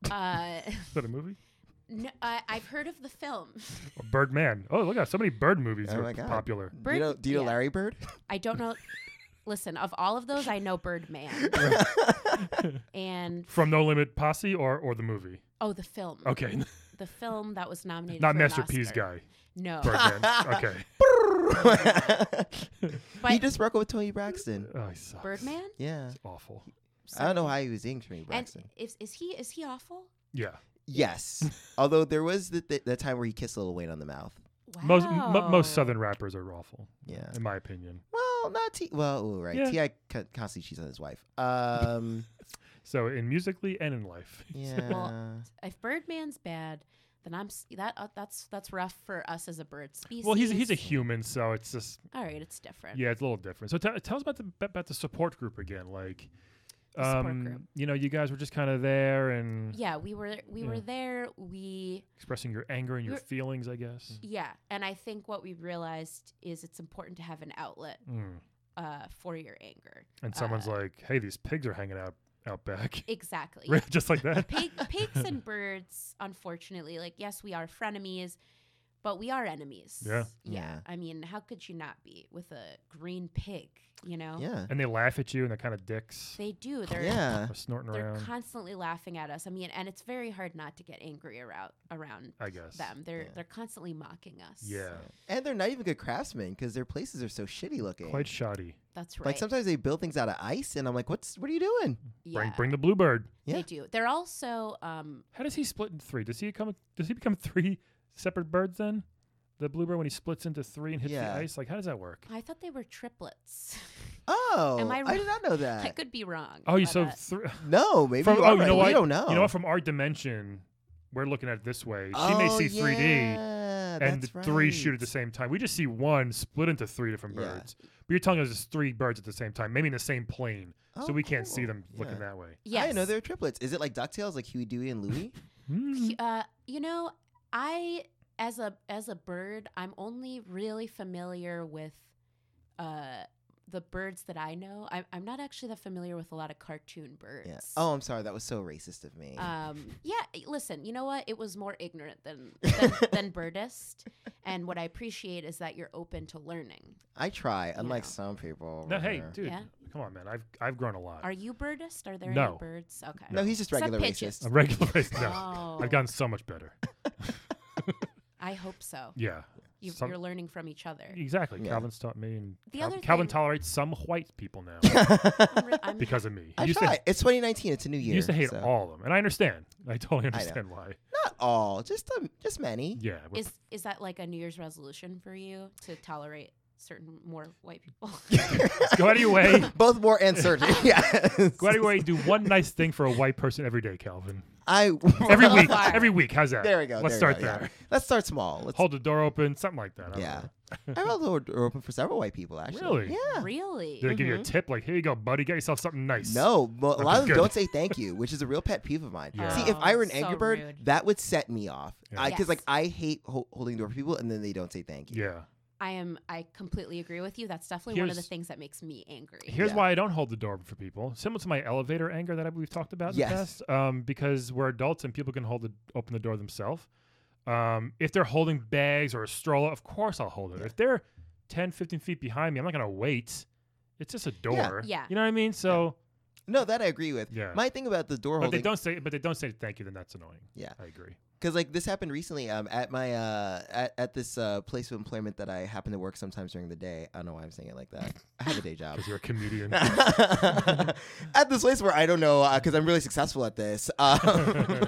[SPEAKER 5] Uh, [laughs]
[SPEAKER 1] Is that a movie?
[SPEAKER 5] no, I, I've heard of the film.
[SPEAKER 1] Or Birdman. Oh, look at so many bird movies
[SPEAKER 3] Oh
[SPEAKER 1] are
[SPEAKER 3] my God.
[SPEAKER 1] popular.
[SPEAKER 3] do
[SPEAKER 5] Bird-
[SPEAKER 3] you know, do you know
[SPEAKER 5] yeah.
[SPEAKER 3] Larry
[SPEAKER 5] [laughs]
[SPEAKER 3] Bird? [laughs]
[SPEAKER 5] I don't know. Listen, of all of those, I
[SPEAKER 1] [laughs]
[SPEAKER 5] know Birdman and
[SPEAKER 1] From No Limit Posse or or the movie.
[SPEAKER 5] oh, the film.
[SPEAKER 1] Okay, [laughs]
[SPEAKER 5] The film that was nominated.
[SPEAKER 1] not
[SPEAKER 5] for an
[SPEAKER 1] Master P's
[SPEAKER 5] Oscar. Oh.
[SPEAKER 1] guy.
[SPEAKER 5] No,
[SPEAKER 1] Birdman.
[SPEAKER 3] [laughs]
[SPEAKER 1] okay.
[SPEAKER 5] but
[SPEAKER 3] he just broke up with Tony Braxton.
[SPEAKER 1] Oh, he sucks.
[SPEAKER 5] Birdman.
[SPEAKER 3] Yeah.
[SPEAKER 1] It's awful.
[SPEAKER 3] I don't know how he was dating Tony
[SPEAKER 5] And
[SPEAKER 3] Braxton.
[SPEAKER 5] is is he is he awful?
[SPEAKER 1] Yeah. [laughs]
[SPEAKER 3] yes. Although there was the, the, the time where he kissed Lil Wayne on the mouth.
[SPEAKER 5] Wow.
[SPEAKER 1] Most m- most Southern rappers are awful,
[SPEAKER 3] Yeah.
[SPEAKER 1] in my opinion.
[SPEAKER 3] Well, not T. Well, ooh, right.
[SPEAKER 1] Yeah.
[SPEAKER 3] T.I. co- constantly cheats on his wife.
[SPEAKER 1] [laughs]
[SPEAKER 3] Um,
[SPEAKER 1] So in musically and in life.
[SPEAKER 3] yeah.
[SPEAKER 5] If Birdman's bad, then I'm s- that uh, that's that's rough for us as a bird species.
[SPEAKER 1] Well, he's he's a human, so it's just
[SPEAKER 5] All right, it's different.
[SPEAKER 1] yeah, it's a little different. So tell tell us about the about the support group again. Like,
[SPEAKER 5] The support
[SPEAKER 1] um,
[SPEAKER 5] group.
[SPEAKER 1] you know, you guys were just kind of there and
[SPEAKER 5] Yeah, we were we were
[SPEAKER 1] Yeah.
[SPEAKER 5] there. We
[SPEAKER 1] expressing your anger and your
[SPEAKER 5] You're-
[SPEAKER 1] feelings, I guess.
[SPEAKER 5] yeah, and I think what we realized is it's important to have an outlet
[SPEAKER 1] Mm.
[SPEAKER 5] uh, for your anger.
[SPEAKER 1] And someone's
[SPEAKER 5] Uh,
[SPEAKER 1] like, "Hey, these pigs are hanging out out back,"
[SPEAKER 5] exactly.
[SPEAKER 1] [laughs] Right, just
[SPEAKER 5] [laughs]
[SPEAKER 1] like that.
[SPEAKER 5] Pig,
[SPEAKER 1] [laughs]
[SPEAKER 5] pigs and birds, unfortunately, like yes, we are frenemies, but we are enemies.
[SPEAKER 1] Yeah.
[SPEAKER 5] yeah.
[SPEAKER 3] Yeah.
[SPEAKER 5] I mean, how could you not be with a green pig? You know,
[SPEAKER 3] Yeah.
[SPEAKER 1] and they laugh at you and they're kind of dicks.
[SPEAKER 5] they do. They're
[SPEAKER 3] Yeah.
[SPEAKER 1] They're snorting
[SPEAKER 5] they're
[SPEAKER 1] around.
[SPEAKER 5] constantly laughing at us. I mean, and it's very hard not to get angry around around
[SPEAKER 1] I guess.
[SPEAKER 5] them. They're
[SPEAKER 3] Yeah.
[SPEAKER 5] they're constantly mocking us.
[SPEAKER 1] Yeah.
[SPEAKER 3] And they're not even good craftsmen because their places are so shitty looking.
[SPEAKER 1] Quite shoddy.
[SPEAKER 5] that's right.
[SPEAKER 3] Like sometimes they build things out of ice, and I'm like, "What's? What are you doing?"
[SPEAKER 5] yeah,
[SPEAKER 1] Bring bring the bluebird.
[SPEAKER 3] Yeah.
[SPEAKER 5] they do. They're also um,
[SPEAKER 1] How does he split in three? Does he come? Does he become [laughs] three separate birds then? The bluebird when he splits into three and hits
[SPEAKER 3] Yeah.
[SPEAKER 1] the ice. Like how does that work?
[SPEAKER 5] I thought they were triplets. [laughs]
[SPEAKER 3] Oh,
[SPEAKER 5] Am I
[SPEAKER 3] I,
[SPEAKER 5] wrong?
[SPEAKER 3] did
[SPEAKER 1] [laughs]
[SPEAKER 3] not know
[SPEAKER 5] I
[SPEAKER 3] that.
[SPEAKER 5] could be wrong.
[SPEAKER 1] Oh, you
[SPEAKER 5] but,
[SPEAKER 1] so
[SPEAKER 5] uh,
[SPEAKER 1] three.
[SPEAKER 3] No, maybe
[SPEAKER 1] From
[SPEAKER 3] you
[SPEAKER 1] oh,
[SPEAKER 3] are
[SPEAKER 1] you
[SPEAKER 3] right.
[SPEAKER 1] know what?
[SPEAKER 3] We don't know.
[SPEAKER 1] You know what? From our dimension, we're looking at it this way. She may
[SPEAKER 3] Oh,
[SPEAKER 1] see three D.
[SPEAKER 3] yeah,
[SPEAKER 1] And the
[SPEAKER 3] that's right.
[SPEAKER 1] three shoot at the same time. We just see one split into three different
[SPEAKER 3] Yeah.
[SPEAKER 1] birds. But you're telling us it's three birds at the same time, maybe in the same plane,
[SPEAKER 3] Oh,
[SPEAKER 1] so we can't see
[SPEAKER 3] cool.
[SPEAKER 1] them looking
[SPEAKER 3] Yeah.
[SPEAKER 1] that way.
[SPEAKER 5] yes.
[SPEAKER 3] I didn't know they're triplets. Is it like Ducktales, like Huey, Dewey, and Louie?
[SPEAKER 1] Hmm.
[SPEAKER 5] He- uh, you know, I as a as a bird, I'm only really familiar with uh, the birds that I know. I'm I'm not actually that familiar with a lot of cartoon birds.
[SPEAKER 3] yeah. Oh, I'm sorry. That was so racist of me.
[SPEAKER 5] Um, yeah, y- listen, you know what? It was more ignorant than than, than birdist. And what I appreciate is that you're open to learning.
[SPEAKER 3] I try, unlike
[SPEAKER 5] know.
[SPEAKER 3] some people.
[SPEAKER 1] no,
[SPEAKER 3] over
[SPEAKER 1] hey,
[SPEAKER 3] there.
[SPEAKER 1] dude,
[SPEAKER 5] Yeah.
[SPEAKER 1] come on, man. I've I've grown a lot.
[SPEAKER 5] Are you birdist? Are there
[SPEAKER 1] No.
[SPEAKER 5] any birds? Okay.
[SPEAKER 3] No, he's just
[SPEAKER 5] Except
[SPEAKER 3] regular
[SPEAKER 5] pigeons.
[SPEAKER 3] racist.
[SPEAKER 1] A regular race? [laughs] No,
[SPEAKER 5] Oh,
[SPEAKER 1] I've gotten so much better.
[SPEAKER 5] I hope so.
[SPEAKER 1] Yeah,
[SPEAKER 5] You,
[SPEAKER 1] Some-
[SPEAKER 5] you're learning from each other.
[SPEAKER 1] exactly.
[SPEAKER 3] Yeah.
[SPEAKER 1] Calvin's taught me, and
[SPEAKER 5] The
[SPEAKER 1] Calvin,
[SPEAKER 5] other
[SPEAKER 1] Calvin
[SPEAKER 5] thing-
[SPEAKER 1] tolerates some white people now
[SPEAKER 3] [laughs]
[SPEAKER 5] I'm re- I'm-
[SPEAKER 1] because of me.
[SPEAKER 3] I
[SPEAKER 1] used
[SPEAKER 3] try.
[SPEAKER 1] to,
[SPEAKER 3] it's 2019. It's a new
[SPEAKER 1] he
[SPEAKER 3] year.
[SPEAKER 1] used to hate
[SPEAKER 3] so-
[SPEAKER 1] all of them, and I understand. I totally
[SPEAKER 3] know.
[SPEAKER 1] understand why.
[SPEAKER 3] Not all. Just um, just many.
[SPEAKER 1] Yeah, we're-
[SPEAKER 5] is is that like a New Year's resolution for you to tolerate certain more white people?
[SPEAKER 1] [laughs] go out of your
[SPEAKER 5] [laughs]
[SPEAKER 1] way.
[SPEAKER 3] [laughs] Both more
[SPEAKER 1] [laughs]
[SPEAKER 3] and certain. yeah.
[SPEAKER 1] Go out of your way. Do one nice thing for a white person every day, Calvin.
[SPEAKER 3] [laughs] I
[SPEAKER 1] Every week.
[SPEAKER 5] far.
[SPEAKER 1] Every week. How's that?
[SPEAKER 3] [laughs] There we go.
[SPEAKER 1] Let's
[SPEAKER 3] there we
[SPEAKER 1] start
[SPEAKER 3] go, yeah.
[SPEAKER 1] there.
[SPEAKER 3] Let's start small. Let's
[SPEAKER 1] Hold the door open. Something like that. I don't
[SPEAKER 3] Yeah.
[SPEAKER 1] know. [laughs]
[SPEAKER 3] I held the door open for several white people actually.
[SPEAKER 1] Really?
[SPEAKER 3] Yeah.
[SPEAKER 5] [laughs] really?
[SPEAKER 1] Do they give you a tip? Like, here you go, buddy. Get yourself something nice.
[SPEAKER 3] No, but a lot of them
[SPEAKER 1] good.
[SPEAKER 3] don't say thank you, which is a real pet peeve of mine.
[SPEAKER 1] Yeah.
[SPEAKER 3] See, if
[SPEAKER 5] Oh,
[SPEAKER 3] I were an
[SPEAKER 5] so
[SPEAKER 3] Angry Bird,
[SPEAKER 5] rude.
[SPEAKER 3] that would set me off.
[SPEAKER 1] Yeah.
[SPEAKER 3] Because like
[SPEAKER 5] Yes.
[SPEAKER 3] I hate ho- holding the door for people, and then they don't say thank you.
[SPEAKER 1] Yeah.
[SPEAKER 5] I am. I completely agree with you. That's definitely one of the
[SPEAKER 1] Here's-
[SPEAKER 5] things that makes me angry.
[SPEAKER 1] Here's
[SPEAKER 3] Yeah.
[SPEAKER 1] why I don't hold the door open for people. Similar to my elevator anger that I, we've talked about in the
[SPEAKER 3] Yes.
[SPEAKER 1] past, um, because we're adults and people can hold the, open the door themselves. Um, if they're holding bags or a stroller, of course I'll hold it. If they're 10, 15 feet behind me, I'm not going to wait. It's just a door.
[SPEAKER 5] Yeah.
[SPEAKER 1] You know what I mean? So
[SPEAKER 3] No, that I agree with.
[SPEAKER 1] Yeah.
[SPEAKER 3] My thing about the door
[SPEAKER 1] But they
[SPEAKER 3] holding,
[SPEAKER 1] don't say. But they don't say thank you. Then that's annoying.
[SPEAKER 3] Yeah.
[SPEAKER 1] I agree.
[SPEAKER 3] because like this happened recently um, at my uh, at at this uh, place of employment that I happen to work sometimes during the day. I don't know why I'm saying it like that. I have a day job.
[SPEAKER 1] Because you're a comedian.
[SPEAKER 3] [laughs] at this place where I don't know because I'm really successful at this. [laughs] Um,
[SPEAKER 1] [laughs]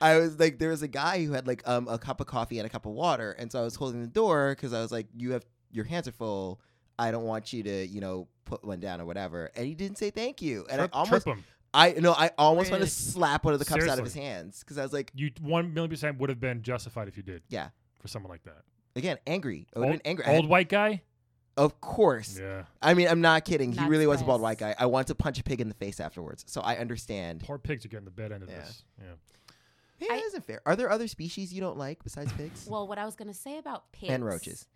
[SPEAKER 3] I was like, there was a guy who had like um, a cup of coffee and a cup of water, and so I was holding the door because I was like, you have your hands are full. I don't want you to, you know, put one down or whatever. And he didn't say thank you, and
[SPEAKER 1] trip,
[SPEAKER 3] I almost,
[SPEAKER 1] trip him.
[SPEAKER 3] I no, I almost want to
[SPEAKER 5] Rude.
[SPEAKER 3] slap one of the cups out of
[SPEAKER 1] Seriously.
[SPEAKER 3] his hands because I was like,
[SPEAKER 1] You one million percent would have been justified if you did.
[SPEAKER 3] Yeah.
[SPEAKER 1] For someone like that.
[SPEAKER 3] again, angry. I would have
[SPEAKER 1] old
[SPEAKER 3] been angry. I had-
[SPEAKER 1] old white guy.
[SPEAKER 3] of course.
[SPEAKER 1] Yeah.
[SPEAKER 3] I mean, I'm not kidding. He
[SPEAKER 5] Not
[SPEAKER 3] really was a bald white
[SPEAKER 5] surprised.
[SPEAKER 3] guy. I want to punch a pig in the face afterwards, so I understand.
[SPEAKER 1] Poor pigs are getting the bad end of
[SPEAKER 3] Yeah.
[SPEAKER 1] this. Yeah.
[SPEAKER 3] Yeah,
[SPEAKER 5] I-
[SPEAKER 3] that isn't fair. Are there other species you don't like besides pigs?
[SPEAKER 5] Well, what I was going to say about pigs
[SPEAKER 3] And roaches.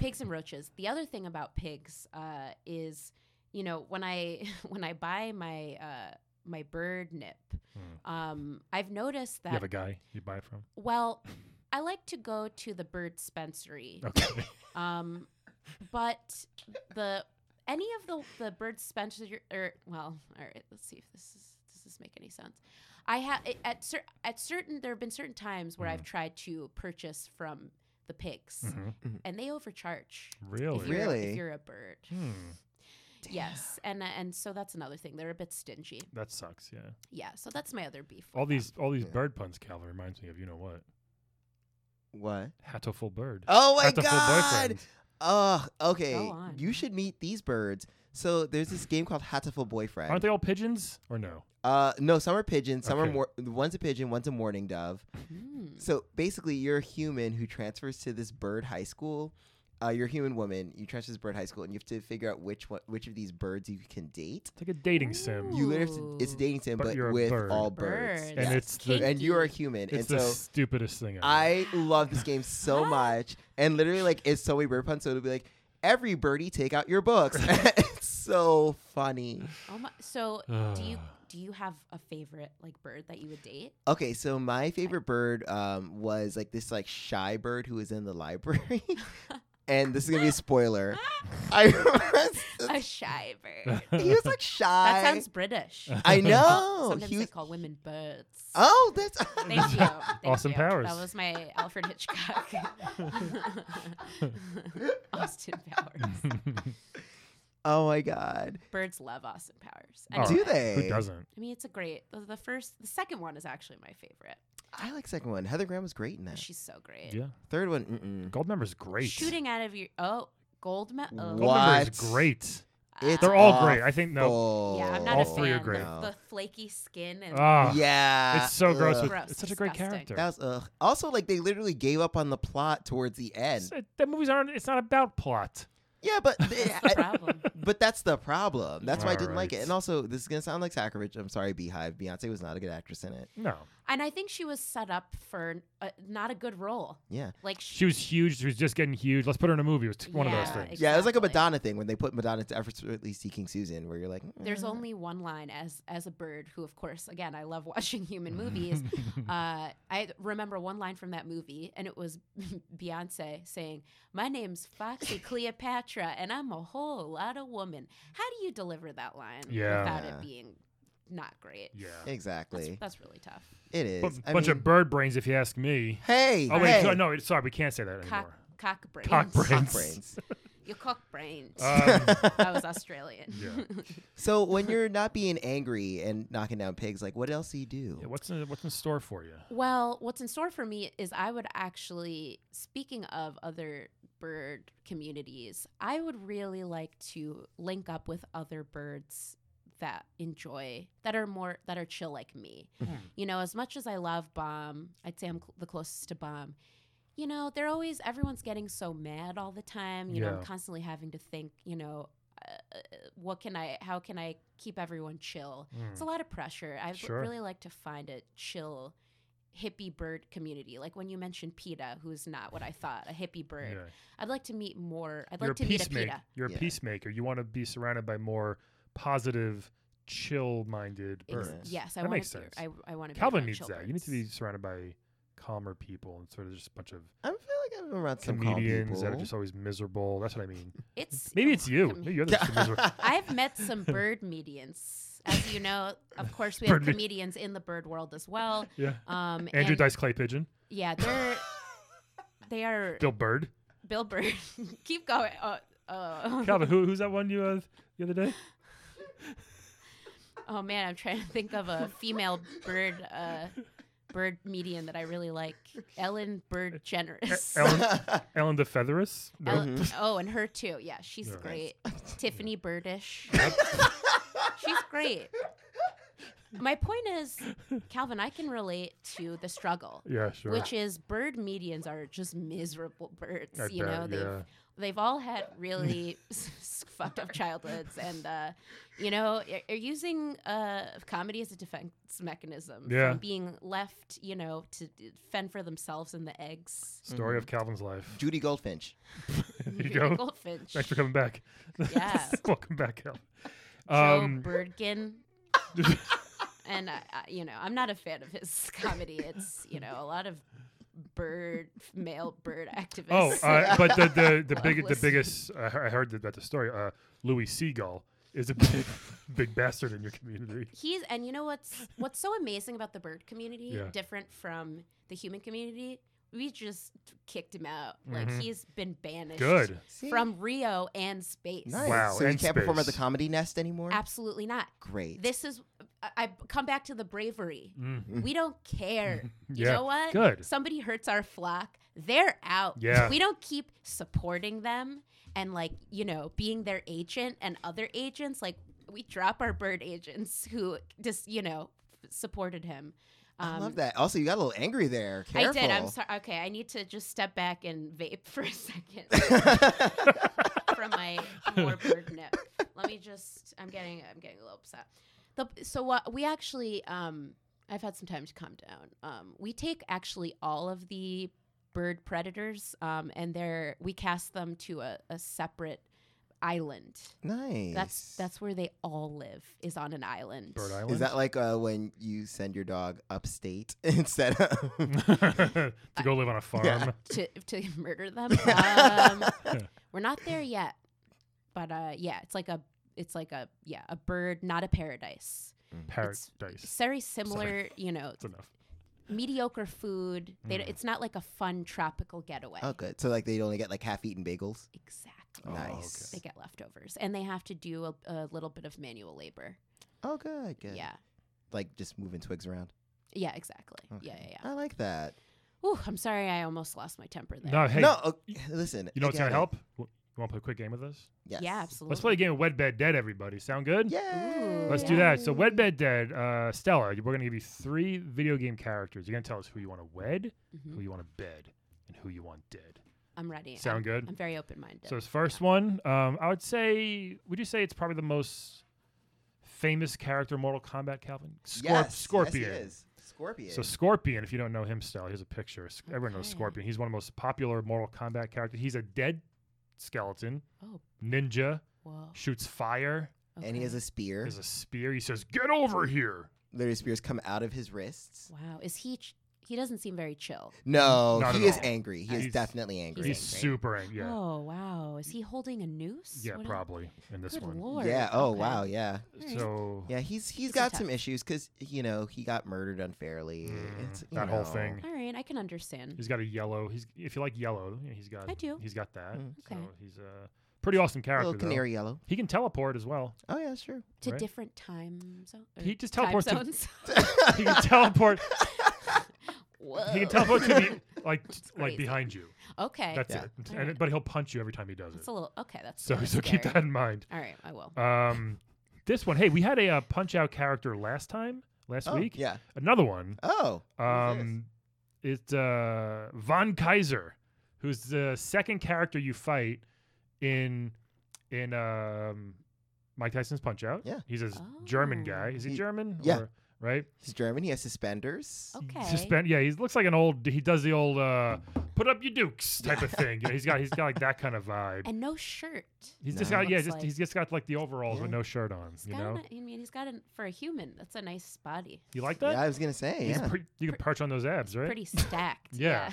[SPEAKER 5] pigs and roaches. The other thing about pigs uh, is, you know, when I [laughs] when I buy my uh, my bird nip,
[SPEAKER 1] Hmm.
[SPEAKER 5] um, I've noticed
[SPEAKER 1] You
[SPEAKER 5] that.
[SPEAKER 1] have a guy you buy from.
[SPEAKER 5] well, I like to go to the bird dispensary,
[SPEAKER 3] [laughs]
[SPEAKER 1] Okay.
[SPEAKER 5] um, but the any of the the bird dispensary or well, all right, let's see if this is does this make any sense. I have at cer- at certain there have been certain times
[SPEAKER 1] Hmm.
[SPEAKER 5] where I've tried to purchase from the pigs
[SPEAKER 1] Mhm.
[SPEAKER 5] and they overcharge.
[SPEAKER 1] Really?
[SPEAKER 5] If you're,
[SPEAKER 3] Really?
[SPEAKER 5] If you're a bird.
[SPEAKER 1] Hmm.
[SPEAKER 5] Yes. And uh, and so that's another thing. They're a bit stingy.
[SPEAKER 1] That sucks. Yeah.
[SPEAKER 5] Yeah. So that's my other beef. with
[SPEAKER 1] All these
[SPEAKER 5] them.
[SPEAKER 1] all these
[SPEAKER 3] Yeah.
[SPEAKER 1] bird puns, Calvin, reminds me of you know what?
[SPEAKER 3] What?
[SPEAKER 1] Hatoful bird.
[SPEAKER 3] Oh my
[SPEAKER 1] Hatoful
[SPEAKER 3] god!
[SPEAKER 1] boyfriend.
[SPEAKER 3] Ugh. okay,
[SPEAKER 5] Go on.
[SPEAKER 3] you should meet these birds. So there's this game called Hatful Boyfriend.
[SPEAKER 1] Aren't they all pigeons or no?
[SPEAKER 3] Uh, no, some are pigeons. Some
[SPEAKER 1] Okay.
[SPEAKER 3] are more. One's a pigeon. One's a mourning dove.
[SPEAKER 5] Mm.
[SPEAKER 3] So basically, you're a human who transfers to this bird high school. Uh, you're a human woman. You transfer to this bird high school, and you have to figure out which one, which of these birds you can date.
[SPEAKER 1] It's like a dating sim.
[SPEAKER 5] Ooh.
[SPEAKER 3] You literally have to, it's a dating sim,
[SPEAKER 1] But
[SPEAKER 3] but,
[SPEAKER 1] you're a
[SPEAKER 3] with
[SPEAKER 1] bird.
[SPEAKER 3] all birds.
[SPEAKER 5] Birds.
[SPEAKER 1] And
[SPEAKER 3] Yeah.
[SPEAKER 1] it's the-
[SPEAKER 3] and you are a
[SPEAKER 5] Kinky.
[SPEAKER 3] human,
[SPEAKER 1] It's
[SPEAKER 3] and
[SPEAKER 1] the
[SPEAKER 3] so
[SPEAKER 1] stupidest thing ever. [laughs]
[SPEAKER 3] I love this game so much, and literally like it's so many bird puns. So it'll be like every birdie take out
[SPEAKER 1] [laughs]
[SPEAKER 3] your books. [laughs] it's so funny.
[SPEAKER 5] Oh my, so do
[SPEAKER 1] [sighs]
[SPEAKER 5] you
[SPEAKER 1] Ah.
[SPEAKER 5] do you have a favorite like bird that you would date?
[SPEAKER 3] Okay, so my favorite bird um, was like this like shy bird who was in
[SPEAKER 1] [laughs]
[SPEAKER 3] the library, and this is gonna be a spoiler. I
[SPEAKER 5] a
[SPEAKER 3] remember
[SPEAKER 5] shy
[SPEAKER 1] [laughs]
[SPEAKER 5] bird.
[SPEAKER 3] he was like shy.
[SPEAKER 5] That sounds British.
[SPEAKER 3] I
[SPEAKER 5] Oh,
[SPEAKER 3] know.
[SPEAKER 5] Sometimes
[SPEAKER 3] he
[SPEAKER 5] they
[SPEAKER 3] was,
[SPEAKER 5] call women birds.
[SPEAKER 3] oh, that's [laughs]
[SPEAKER 1] [laughs]
[SPEAKER 5] Thank you. Thank
[SPEAKER 1] Austin
[SPEAKER 5] you.
[SPEAKER 1] Powers.
[SPEAKER 5] That was my Alfred
[SPEAKER 1] [laughs]
[SPEAKER 5] Hitchcock. [laughs] Austin
[SPEAKER 1] [laughs]
[SPEAKER 5] Powers.
[SPEAKER 3] oh my god.
[SPEAKER 5] Birds love Austin Powers.
[SPEAKER 1] All
[SPEAKER 3] Do
[SPEAKER 5] Anyway.
[SPEAKER 3] they?
[SPEAKER 1] Who doesn't?
[SPEAKER 5] I mean, it's a great. The, the first, the second one is actually my favorite.
[SPEAKER 3] I like second one. Heather Graham was great in that.
[SPEAKER 5] She's so great.
[SPEAKER 1] Yeah.
[SPEAKER 3] Third one, mm-mm.
[SPEAKER 1] Goldmember's great.
[SPEAKER 5] Shooting out of your oh gold medal. Oh,
[SPEAKER 3] What?
[SPEAKER 1] Goldmember is great.
[SPEAKER 3] It's
[SPEAKER 1] They're all great. I think no.
[SPEAKER 3] awful.
[SPEAKER 5] Yeah, I'm not
[SPEAKER 1] All
[SPEAKER 5] a fan.
[SPEAKER 1] three are
[SPEAKER 5] The-
[SPEAKER 1] great.
[SPEAKER 5] The, flaky skin and
[SPEAKER 1] Ah,
[SPEAKER 3] Yeah,
[SPEAKER 1] It's so gross.
[SPEAKER 3] ugh.
[SPEAKER 1] With,
[SPEAKER 5] Gross,
[SPEAKER 1] It's such a great
[SPEAKER 5] disgusting.
[SPEAKER 1] character.
[SPEAKER 3] That was ugh. Also, like they literally gave up on the plot towards the end.
[SPEAKER 1] It's- it- that movies aren't. It's not about plot.
[SPEAKER 3] Yeah,
[SPEAKER 5] [laughs]
[SPEAKER 3] but they- [laughs]
[SPEAKER 5] that's the
[SPEAKER 3] I-
[SPEAKER 5] problem.
[SPEAKER 3] But that's the problem. That's why I didn't like it.
[SPEAKER 1] Alright.
[SPEAKER 3] And also, this is gonna sound like sacrilege. I'm sorry, Beehive. Beyonce was not a good actress in it.
[SPEAKER 1] No,
[SPEAKER 5] And I think she was set up for uh, not a good role.
[SPEAKER 3] Yeah,
[SPEAKER 5] Like
[SPEAKER 1] she was huge. She was just getting huge. Let's put her in a movie. It was t- one of those
[SPEAKER 5] Yeah,
[SPEAKER 1] things.
[SPEAKER 3] yeah. It was like a
[SPEAKER 5] Exactly.
[SPEAKER 3] Madonna thing when they put Madonna to effortlessly seeking Susan, where you're like,
[SPEAKER 5] There's
[SPEAKER 3] "Eh."
[SPEAKER 5] only one line as as a bird who, of course, again, I love watching human
[SPEAKER 1] Mm-hmm.
[SPEAKER 3] [laughs]
[SPEAKER 5] movies. uh, I remember one line from that movie, and it was [laughs] Beyonce saying, "My name's
[SPEAKER 1] [laughs]
[SPEAKER 5] Foxy Cleopatra, and I'm a whole lot of woman." How do you deliver that line
[SPEAKER 1] Yeah.
[SPEAKER 5] without
[SPEAKER 3] Yeah.
[SPEAKER 5] it being not great?
[SPEAKER 1] [laughs] Yeah,
[SPEAKER 5] That's,
[SPEAKER 3] exactly.
[SPEAKER 5] that's really tough.
[SPEAKER 3] It
[SPEAKER 1] Bu-
[SPEAKER 3] is. I
[SPEAKER 1] bunch
[SPEAKER 3] mean,
[SPEAKER 1] of bird brains, if you ask me.
[SPEAKER 3] Hey,
[SPEAKER 1] Oh wait,
[SPEAKER 3] hey.
[SPEAKER 1] so- no, wait, sorry, we can't say that
[SPEAKER 5] Cock,
[SPEAKER 1] anymore.
[SPEAKER 5] cock brains.
[SPEAKER 1] Cock brains.
[SPEAKER 3] brains.
[SPEAKER 5] You cock brains. [laughs]
[SPEAKER 1] Um,
[SPEAKER 5] that was Australian.
[SPEAKER 1] [laughs]
[SPEAKER 5] [laughs]
[SPEAKER 1] yeah. [laughs]
[SPEAKER 3] So when you're not being angry and knocking down pigs, like what else do you
[SPEAKER 1] yeah,
[SPEAKER 3] do?
[SPEAKER 1] what's in, what's in store for you?
[SPEAKER 5] Well, what's in store for me is I would actually, speaking of other bird communities, I would really like to link up with other birds that enjoy that are more that are chill like me.
[SPEAKER 1] Mhm.
[SPEAKER 5] You know, as much as I love Bomb, I'd say I'm cl- the closest to Bomb. You know, they're always everyone's getting so mad all the time. You know,
[SPEAKER 1] Yeah.
[SPEAKER 5] I'm constantly having to think. You know, uh, uh, what can I? How can I keep everyone chill?
[SPEAKER 1] Hmm.
[SPEAKER 5] It's a lot of pressure. I would
[SPEAKER 1] Mm. Sure.
[SPEAKER 5] really like to find a chill hippie bird community. Like when you mentioned PETA, who's not what I thought, a hippie bird.
[SPEAKER 1] Yeah.
[SPEAKER 5] I'd like to meet more. I'd
[SPEAKER 1] You're
[SPEAKER 5] like to
[SPEAKER 1] a
[SPEAKER 5] meet a
[SPEAKER 1] peacemaker.
[SPEAKER 5] PETA.
[SPEAKER 1] You're a
[SPEAKER 3] Yeah.
[SPEAKER 1] peacemaker. You want to be surrounded by more positive, chill-minded
[SPEAKER 5] Ex-
[SPEAKER 1] birds.
[SPEAKER 5] Yes, I
[SPEAKER 1] That
[SPEAKER 5] want
[SPEAKER 1] makes
[SPEAKER 5] to. Be,
[SPEAKER 1] sense.
[SPEAKER 5] I, I want to. be
[SPEAKER 1] Calvin
[SPEAKER 5] around
[SPEAKER 1] needs
[SPEAKER 5] chill
[SPEAKER 1] that. You need to be
[SPEAKER 5] birds.
[SPEAKER 1] surrounded by calmer people and sort of just a bunch of
[SPEAKER 3] I feel like I'm around some calm
[SPEAKER 1] comedians that are
[SPEAKER 3] people.
[SPEAKER 1] just always
[SPEAKER 3] [laughs]
[SPEAKER 1] miserable. That's what I mean.
[SPEAKER 5] It's
[SPEAKER 1] Maybe it's you.
[SPEAKER 5] I mean,
[SPEAKER 1] Maybe you're the miserable.
[SPEAKER 5] I've met some bird medians. birds. As you know, of course, we have
[SPEAKER 1] [laughs] Bird me-
[SPEAKER 5] comedians in the bird world as well.
[SPEAKER 1] Yeah.
[SPEAKER 5] Um,
[SPEAKER 1] Andrew
[SPEAKER 5] and-
[SPEAKER 1] Dice Clay Pigeon,
[SPEAKER 5] Yeah, they're
[SPEAKER 1] [laughs]
[SPEAKER 5] they are Bill,
[SPEAKER 1] Bill Bird,
[SPEAKER 5] Bird. [laughs] Keep going. Uh, uh,
[SPEAKER 1] Calvin. Who, who's that one you uh, the other
[SPEAKER 3] [laughs]
[SPEAKER 1] day?
[SPEAKER 5] oh man, I'm trying to think of a female bird uh, bird median that I really like. Ellen Bird Generous.
[SPEAKER 1] E-, Ellen, Ellen DeFeatherus. No.
[SPEAKER 5] Ellen- oh, and her too. Yeah, she's
[SPEAKER 1] Yeah.
[SPEAKER 5] great. Tiffany Birdish. she's great. My point is, Calvin, I can relate to the struggle.
[SPEAKER 1] Yeah, sure.
[SPEAKER 5] Which is bird medians are just miserable [laughs] birds.
[SPEAKER 1] I
[SPEAKER 5] you
[SPEAKER 1] bet,
[SPEAKER 5] know, they've
[SPEAKER 1] yeah.
[SPEAKER 5] they've all had really
[SPEAKER 1] [laughs]
[SPEAKER 5] s- s- fucked up childhoods, and uh, you know, y- are using uh, comedy as a defense mechanism
[SPEAKER 1] Yeah.
[SPEAKER 5] from being left, you know, to d- fend for themselves and the eggs.
[SPEAKER 1] Story
[SPEAKER 3] Mm-hmm.
[SPEAKER 1] of Calvin's life.
[SPEAKER 3] Judy Goldfinch.
[SPEAKER 1] [laughs] There you go.
[SPEAKER 5] Goldfinch.
[SPEAKER 1] Thanks for [laughs] coming back.
[SPEAKER 5] Yeah.
[SPEAKER 1] [laughs] Welcome back, Calvin. Um, [laughs]
[SPEAKER 5] Joe Birdkin. and I, I, you know, I'm not a fan of his comedy. It's you know a lot of bird male bird
[SPEAKER 1] oh,
[SPEAKER 5] activists.
[SPEAKER 1] uh, but the
[SPEAKER 3] [laughs]
[SPEAKER 1] the, the
[SPEAKER 5] Well,
[SPEAKER 1] big the
[SPEAKER 5] listen.
[SPEAKER 1] biggest I he- I heard about the story. Uh, Louis Seagull is a big, [laughs] big bastard in your community.
[SPEAKER 5] he's and you know what's
[SPEAKER 1] [laughs]
[SPEAKER 5] what's so amazing about the bird community,
[SPEAKER 1] Yeah.
[SPEAKER 5] different from the human community. We just kicked him out. Like
[SPEAKER 1] Mhm.
[SPEAKER 5] he's been banished
[SPEAKER 1] Good.
[SPEAKER 5] from Rio and space.
[SPEAKER 3] Nice.
[SPEAKER 1] Wow,
[SPEAKER 3] So you
[SPEAKER 1] and
[SPEAKER 3] can't perform at the
[SPEAKER 1] space.
[SPEAKER 3] Comedy Nest anymore?
[SPEAKER 5] Absolutely not.
[SPEAKER 3] Great.
[SPEAKER 5] This is I, I come back to the bravery.
[SPEAKER 1] Mm.
[SPEAKER 5] We don't care. You
[SPEAKER 1] Yeah,
[SPEAKER 5] know what?
[SPEAKER 1] good.
[SPEAKER 5] Somebody hurts our flock. They're out.
[SPEAKER 1] Yeah.
[SPEAKER 5] We don't keep supporting them and like, you know, being their agent and other agents. Like we drop our bird agents [laughs] who just, you know, f- supported him. Um,
[SPEAKER 3] I love that. Also, you got a little angry there.
[SPEAKER 5] I
[SPEAKER 3] Careful.
[SPEAKER 5] did. I'm sorry. Okay, I need to just step back and vape [laughs] for a second
[SPEAKER 3] [laughs]
[SPEAKER 5] from my more bird nip. Let me just. I'm getting. I'm getting a little upset. The, so what we actually. Um, I've had some time to calm down. Um, we take actually all of the bird predators, um, and they're we cast them to a, a separate island.
[SPEAKER 3] Nice.
[SPEAKER 5] That's that's where they all live. Is on an island.
[SPEAKER 1] Bird Island.
[SPEAKER 3] Is that like uh, when you send your dog upstate [laughs] instead of?
[SPEAKER 5] [laughs]
[SPEAKER 1] [laughs] to go live on a farm.
[SPEAKER 3] Yeah.
[SPEAKER 5] to to [laughs] murder them.
[SPEAKER 1] [laughs]
[SPEAKER 5] Um, we're not there yet, but uh, yeah, it's like a it's like a yeah a bird, not a paradise.
[SPEAKER 1] Paradise.
[SPEAKER 5] It's very similar, you know,
[SPEAKER 1] That's enough.
[SPEAKER 5] mediocre food. They, d
[SPEAKER 1] Mm.
[SPEAKER 5] It's not like a fun tropical getaway.
[SPEAKER 3] oh, good. Oh, So like they only get like half-eaten bagels.
[SPEAKER 5] Exactly.
[SPEAKER 3] Nice.
[SPEAKER 5] They get leftovers, and they have to do a, a little bit of manual labor.
[SPEAKER 3] Oh, good. Good.
[SPEAKER 5] Yeah.
[SPEAKER 3] Like just moving twigs around.
[SPEAKER 5] Yeah, exactly. Yeah,
[SPEAKER 3] Okay.
[SPEAKER 5] yeah, yeah.
[SPEAKER 3] I like that.
[SPEAKER 5] Ooh, I'm sorry, I almost lost my temper there.
[SPEAKER 1] No, hey,
[SPEAKER 3] no, o- listen.
[SPEAKER 1] you know
[SPEAKER 3] I
[SPEAKER 1] what's
[SPEAKER 3] get
[SPEAKER 1] gonna
[SPEAKER 3] it.
[SPEAKER 1] help? W- You want to play a quick game with us?
[SPEAKER 3] Yes.
[SPEAKER 5] Yeah, absolutely.
[SPEAKER 1] Let's play a game of Wed Bed Dead. Everybody, sound good?
[SPEAKER 3] Yeah.
[SPEAKER 1] Let's do that. So, Wed Bed Dead, uh, Stella, you- we're going to give you three video game characters. You're going to tell us who you want to wed, who
[SPEAKER 5] Mhm.
[SPEAKER 1] you want to bed, and who you want dead.
[SPEAKER 5] I'm ready.
[SPEAKER 1] Sound
[SPEAKER 5] I'm,
[SPEAKER 1] good?
[SPEAKER 5] I'm very open minded.
[SPEAKER 1] So, this first one, um, I would say, would you say it's probably the most famous character in Mortal Kombat, Calvin? Scorp-
[SPEAKER 3] Yes, yes, he
[SPEAKER 1] Scorpion.
[SPEAKER 3] is. Scorpion.
[SPEAKER 1] So Scorpion, if you don't know him, still here's a picture. Sc- Everyone knows
[SPEAKER 5] Okay.
[SPEAKER 1] Scorpion. He's one of the most popular Mortal Kombat characters. He's a dead skeleton,
[SPEAKER 5] Oh.
[SPEAKER 1] ninja,
[SPEAKER 3] Oh.
[SPEAKER 5] Whoa.
[SPEAKER 1] shoots fire,
[SPEAKER 3] And he
[SPEAKER 5] okay.
[SPEAKER 3] has a spear.
[SPEAKER 1] has a spear. He says, "Get over here!"
[SPEAKER 3] Literally, spears come out of his wrists.
[SPEAKER 5] Wow, is he? Ch- he doesn't seem very chill.
[SPEAKER 3] No,
[SPEAKER 1] Not
[SPEAKER 3] he
[SPEAKER 1] at
[SPEAKER 3] is
[SPEAKER 1] all.
[SPEAKER 3] angry. He
[SPEAKER 1] He's-
[SPEAKER 3] is definitely angry.
[SPEAKER 1] He's super angry. Yeah,
[SPEAKER 5] Oh wow, is he holding a noose?
[SPEAKER 1] yeah,
[SPEAKER 5] What is-
[SPEAKER 1] probably in this
[SPEAKER 5] Good
[SPEAKER 1] one.
[SPEAKER 5] lord.
[SPEAKER 3] yeah. Oh
[SPEAKER 5] okay.
[SPEAKER 3] wow. Yeah.
[SPEAKER 5] Alright.
[SPEAKER 1] So
[SPEAKER 3] Yeah. He's
[SPEAKER 5] He's
[SPEAKER 3] he's
[SPEAKER 5] a
[SPEAKER 3] got
[SPEAKER 5] tough-
[SPEAKER 3] some issues because you know he got murdered unfairly.
[SPEAKER 1] Mm,
[SPEAKER 3] it's, you
[SPEAKER 1] that whole
[SPEAKER 3] know.
[SPEAKER 1] thing.
[SPEAKER 5] All right, I can understand.
[SPEAKER 1] He's got a yellow. He's if you like yellow, he's got.
[SPEAKER 5] I do.
[SPEAKER 1] He's got that.
[SPEAKER 3] Mm.
[SPEAKER 1] So
[SPEAKER 5] Okay.
[SPEAKER 1] he's a pretty awesome character.
[SPEAKER 3] Little
[SPEAKER 1] though.
[SPEAKER 3] canary yellow.
[SPEAKER 1] He can teleport as
[SPEAKER 5] [laughs]
[SPEAKER 1] well.
[SPEAKER 3] Oh yeah, sure.
[SPEAKER 5] To
[SPEAKER 1] right?
[SPEAKER 5] different time zones.
[SPEAKER 1] He just teleports to-
[SPEAKER 5] Time zones.
[SPEAKER 1] [laughs]
[SPEAKER 5] [laughs]
[SPEAKER 1] he can teleport.
[SPEAKER 5] Whoa.
[SPEAKER 1] He can teleport to the
[SPEAKER 5] [laughs]
[SPEAKER 1] like t-
[SPEAKER 5] crazy.
[SPEAKER 1] like behind you.
[SPEAKER 5] Okay.
[SPEAKER 1] That's
[SPEAKER 3] Yeah.
[SPEAKER 1] it.
[SPEAKER 5] All
[SPEAKER 1] And,
[SPEAKER 5] right.
[SPEAKER 1] But he'll punch you every time he does
[SPEAKER 5] That's
[SPEAKER 1] it.
[SPEAKER 5] a little okay. That's
[SPEAKER 1] So,
[SPEAKER 5] kinda
[SPEAKER 1] so keep
[SPEAKER 5] scary.
[SPEAKER 1] that in mind.
[SPEAKER 5] All right, I will.
[SPEAKER 1] Um, this one, hey, we had a uh, punch out character last time, last
[SPEAKER 3] Oh,
[SPEAKER 1] week.
[SPEAKER 3] Yeah.
[SPEAKER 1] Another one.
[SPEAKER 3] Oh.
[SPEAKER 1] Um, it's uh, Von Kaiser, who's the second character you fight in in um, Mike Tyson's Punch Out.
[SPEAKER 3] Yeah.
[SPEAKER 1] he's a German guy. Is he,
[SPEAKER 3] He-
[SPEAKER 1] German?
[SPEAKER 3] yeah.
[SPEAKER 1] Or, right.
[SPEAKER 3] He's German. He has suspenders.
[SPEAKER 5] Okay.
[SPEAKER 1] Suspend. Yeah, he looks like an old. He does the old uh, put up your dukes type of thing. Yeah, he's got he's got like that kind of vibe.
[SPEAKER 5] And no shirt.
[SPEAKER 1] He's just
[SPEAKER 3] No.
[SPEAKER 1] got yeah,
[SPEAKER 5] Looks
[SPEAKER 1] just
[SPEAKER 5] like-
[SPEAKER 1] he's just got like the overalls with
[SPEAKER 3] Yeah.
[SPEAKER 1] no shirt on.
[SPEAKER 5] He's
[SPEAKER 1] You
[SPEAKER 5] got.
[SPEAKER 1] know,
[SPEAKER 5] a- I mean, he's got an for a human. That's a nice body.
[SPEAKER 1] you like that?
[SPEAKER 3] Yeah, I was gonna say.
[SPEAKER 1] He's
[SPEAKER 3] Yeah.
[SPEAKER 1] pre- you can perch on those abs, right?
[SPEAKER 5] Pretty stacked.
[SPEAKER 1] [laughs] Yeah.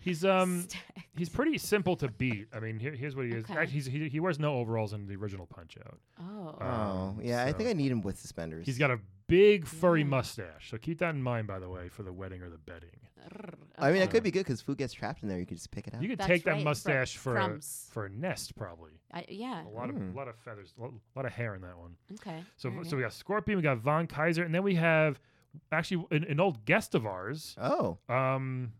[SPEAKER 1] He's [laughs] um
[SPEAKER 5] [laughs] Stacked.
[SPEAKER 1] he's pretty simple to beat. I mean, here, here's what he is.
[SPEAKER 5] Okay.
[SPEAKER 1] Actually, he's, he, he wears no overalls in the original Punch Out.
[SPEAKER 5] Oh. Oh.
[SPEAKER 3] Oh,
[SPEAKER 1] Um,
[SPEAKER 3] yeah. I
[SPEAKER 1] so-
[SPEAKER 3] think I need him with suspenders.
[SPEAKER 1] He's got a big furry
[SPEAKER 5] Yeah.
[SPEAKER 1] mustache, so keep that in mind, by the way, for the wedding or the bedding.
[SPEAKER 5] Rrr,
[SPEAKER 3] I mean, it
[SPEAKER 5] okay.
[SPEAKER 3] could be good because food gets trapped in there. You could just pick it out.
[SPEAKER 1] You could
[SPEAKER 5] That's
[SPEAKER 1] take
[SPEAKER 5] right,
[SPEAKER 1] that
[SPEAKER 5] for
[SPEAKER 1] mustache for a,
[SPEAKER 5] crumbs.
[SPEAKER 1] for a nest, probably.
[SPEAKER 5] I, yeah.
[SPEAKER 1] A lot of
[SPEAKER 3] Mm.
[SPEAKER 1] lot of feathers, a lot of hair in that one.
[SPEAKER 5] Okay.
[SPEAKER 1] Oh. So
[SPEAKER 5] All
[SPEAKER 1] v-
[SPEAKER 5] right.
[SPEAKER 1] so we got Scorpion, we got Von Kaiser, and then we have actually an, an old guest of ours,
[SPEAKER 3] oh.
[SPEAKER 1] um,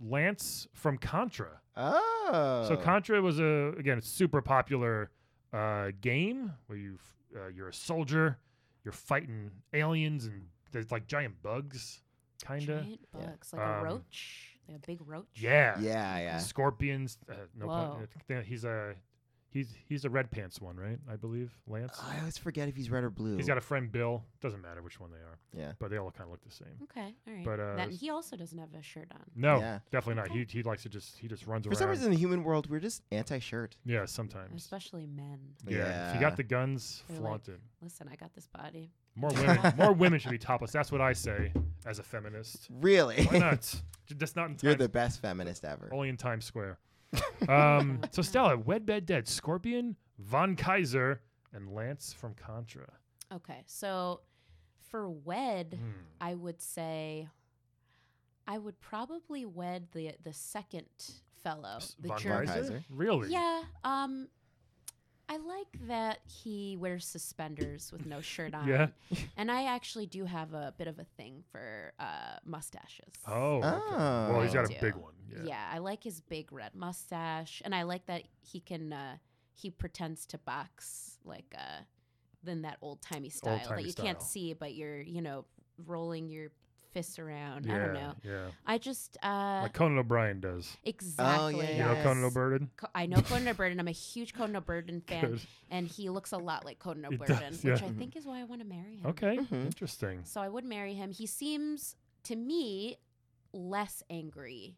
[SPEAKER 1] Lance from Contra.
[SPEAKER 3] Oh.
[SPEAKER 1] So Contra was a again a super popular uh, game where you f- uh, you're a soldier, you're fighting aliens and there's like giant bugs, kinda.
[SPEAKER 5] Giant
[SPEAKER 3] Yeah.
[SPEAKER 5] bugs, like
[SPEAKER 1] Um,
[SPEAKER 5] a roach, like a big roach.
[SPEAKER 1] Yeah.
[SPEAKER 3] Yeah, yeah.
[SPEAKER 1] Scorpions. Uh, no, pun-
[SPEAKER 5] Whoa.
[SPEAKER 1] uh, he's a he's he's the red pants one, right? I believe Lance.
[SPEAKER 3] I always forget if he's red or blue.
[SPEAKER 1] He's got a friend Bill. Doesn't matter which one they are,
[SPEAKER 3] yeah.
[SPEAKER 1] but they all kind of look the same.
[SPEAKER 5] Okay. All right.
[SPEAKER 1] But, uh,
[SPEAKER 5] then
[SPEAKER 1] s-
[SPEAKER 5] he also doesn't have a shirt on.
[SPEAKER 1] No,
[SPEAKER 3] Yeah.
[SPEAKER 1] definitely not. He
[SPEAKER 5] Okay.
[SPEAKER 1] he likes to just he just runs
[SPEAKER 3] For
[SPEAKER 1] around.
[SPEAKER 3] some reason, in the human world, we're just anti-shirt.
[SPEAKER 1] yeah, sometimes.
[SPEAKER 5] Especially men.
[SPEAKER 1] Yeah. if you got
[SPEAKER 3] Yeah.
[SPEAKER 1] the guns,
[SPEAKER 5] They're
[SPEAKER 1] flaunt it.
[SPEAKER 5] Listen, I got this body.
[SPEAKER 1] More
[SPEAKER 3] [laughs]
[SPEAKER 1] women, more women should be topless. That's what I say as a feminist.
[SPEAKER 3] Really?
[SPEAKER 1] Why not? J- That's not in
[SPEAKER 3] [laughs] You're
[SPEAKER 1] time,
[SPEAKER 3] the best feminist ever.
[SPEAKER 1] only in Times Square.
[SPEAKER 3] [laughs]
[SPEAKER 1] Um, so Stella, Wed Bed Dead, Scorpion, Von Kaiser, and Lance from Contra.
[SPEAKER 5] Oh, Okay. So for wed,
[SPEAKER 1] Hmm.
[SPEAKER 5] I would say I would probably wed the the second fellow,
[SPEAKER 1] S-
[SPEAKER 5] the
[SPEAKER 1] Von
[SPEAKER 5] German.
[SPEAKER 3] Kaiser?
[SPEAKER 1] Really?
[SPEAKER 5] Yeah. Um, I like that he wears suspenders with no shirt
[SPEAKER 1] [laughs]
[SPEAKER 5] on.
[SPEAKER 1] Yeah.
[SPEAKER 5] And I actually do have a bit of a thing for uh, mustaches.
[SPEAKER 1] Oh. okay. Well, he's
[SPEAKER 5] Oh.
[SPEAKER 1] got a
[SPEAKER 5] I
[SPEAKER 1] big
[SPEAKER 5] do.
[SPEAKER 1] one.
[SPEAKER 5] Yeah.
[SPEAKER 1] Yeah.
[SPEAKER 5] I like his big red mustache, and I like that he can uh, he pretends to box like uh, in that old timey style
[SPEAKER 1] Old-timey
[SPEAKER 5] that you can't
[SPEAKER 1] style.
[SPEAKER 5] see, but you're you know rolling your fists around. I don't know.
[SPEAKER 1] Yeah.
[SPEAKER 5] I just uh,
[SPEAKER 1] Like Conan O'Brien does.
[SPEAKER 5] exactly.
[SPEAKER 3] Oh, yeah,
[SPEAKER 1] You know Conan
[SPEAKER 5] yes.
[SPEAKER 1] O'Brien?
[SPEAKER 5] Co- I know Conan O'Brien. I'm a huge Conan
[SPEAKER 1] [laughs]
[SPEAKER 5] O'Brien fan,
[SPEAKER 1] Good.
[SPEAKER 5] and he looks a lot like Conan
[SPEAKER 1] He
[SPEAKER 5] O'Brien,
[SPEAKER 1] does,
[SPEAKER 5] which
[SPEAKER 1] yeah.
[SPEAKER 5] I think is why I want to marry him.
[SPEAKER 1] Okay.
[SPEAKER 3] Mhm.
[SPEAKER 1] Interesting.
[SPEAKER 5] So I would marry him. He seems to me less angry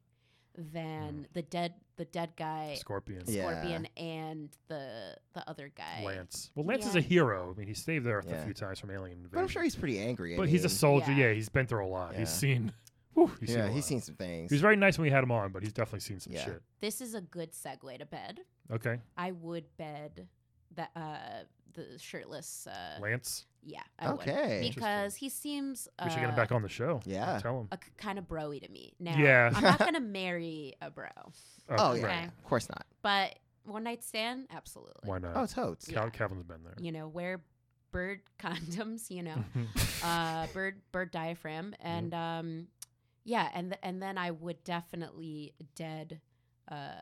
[SPEAKER 5] than the dead the dead guy
[SPEAKER 1] Scorpion.
[SPEAKER 3] Mm. Yeah.
[SPEAKER 5] Scorpion and the the other guy.
[SPEAKER 1] Lance. Well, Lance is
[SPEAKER 5] Yeah.
[SPEAKER 1] a hero. I mean, he saved the Earth
[SPEAKER 3] Yeah.
[SPEAKER 1] a few times from alien invasion.
[SPEAKER 3] But I'm sure he's pretty angry. I
[SPEAKER 1] But he's a
[SPEAKER 3] mean.
[SPEAKER 1] soldier.
[SPEAKER 5] Yeah.
[SPEAKER 1] Yeah. He's been through a lot. He's
[SPEAKER 3] Yeah.
[SPEAKER 1] seen. Whew, he's seen a
[SPEAKER 3] yeah,
[SPEAKER 1] lot.
[SPEAKER 3] he's seen some things.
[SPEAKER 1] He was very nice when we had him on, but he's definitely seen some
[SPEAKER 3] Yeah.
[SPEAKER 1] shit.
[SPEAKER 5] This is a good segue to bed.
[SPEAKER 1] Okay.
[SPEAKER 5] I would bed that uh the shirtless uh
[SPEAKER 1] Lance.
[SPEAKER 5] yeah, I
[SPEAKER 3] Okay.
[SPEAKER 5] would.
[SPEAKER 1] Interesting.
[SPEAKER 5] Because he seems uh,
[SPEAKER 1] we should get him back on the show.
[SPEAKER 3] yeah.
[SPEAKER 1] Tell him.
[SPEAKER 5] a k- kind of broy to me. Now
[SPEAKER 1] Yeah. [laughs]
[SPEAKER 5] I'm not gonna marry a bro.
[SPEAKER 3] oh yeah,
[SPEAKER 1] right.
[SPEAKER 5] Okay.
[SPEAKER 3] of course not.
[SPEAKER 5] But one night stand, absolutely.
[SPEAKER 1] Why not?
[SPEAKER 3] Oh, totes.
[SPEAKER 1] Cal-
[SPEAKER 5] yeah.
[SPEAKER 1] Calvin's been there. [laughs]
[SPEAKER 5] you know, wear bird [laughs] condoms, you know, uh, bird bird diaphragm, and um, yeah, and th- and then I would definitely dead, uh,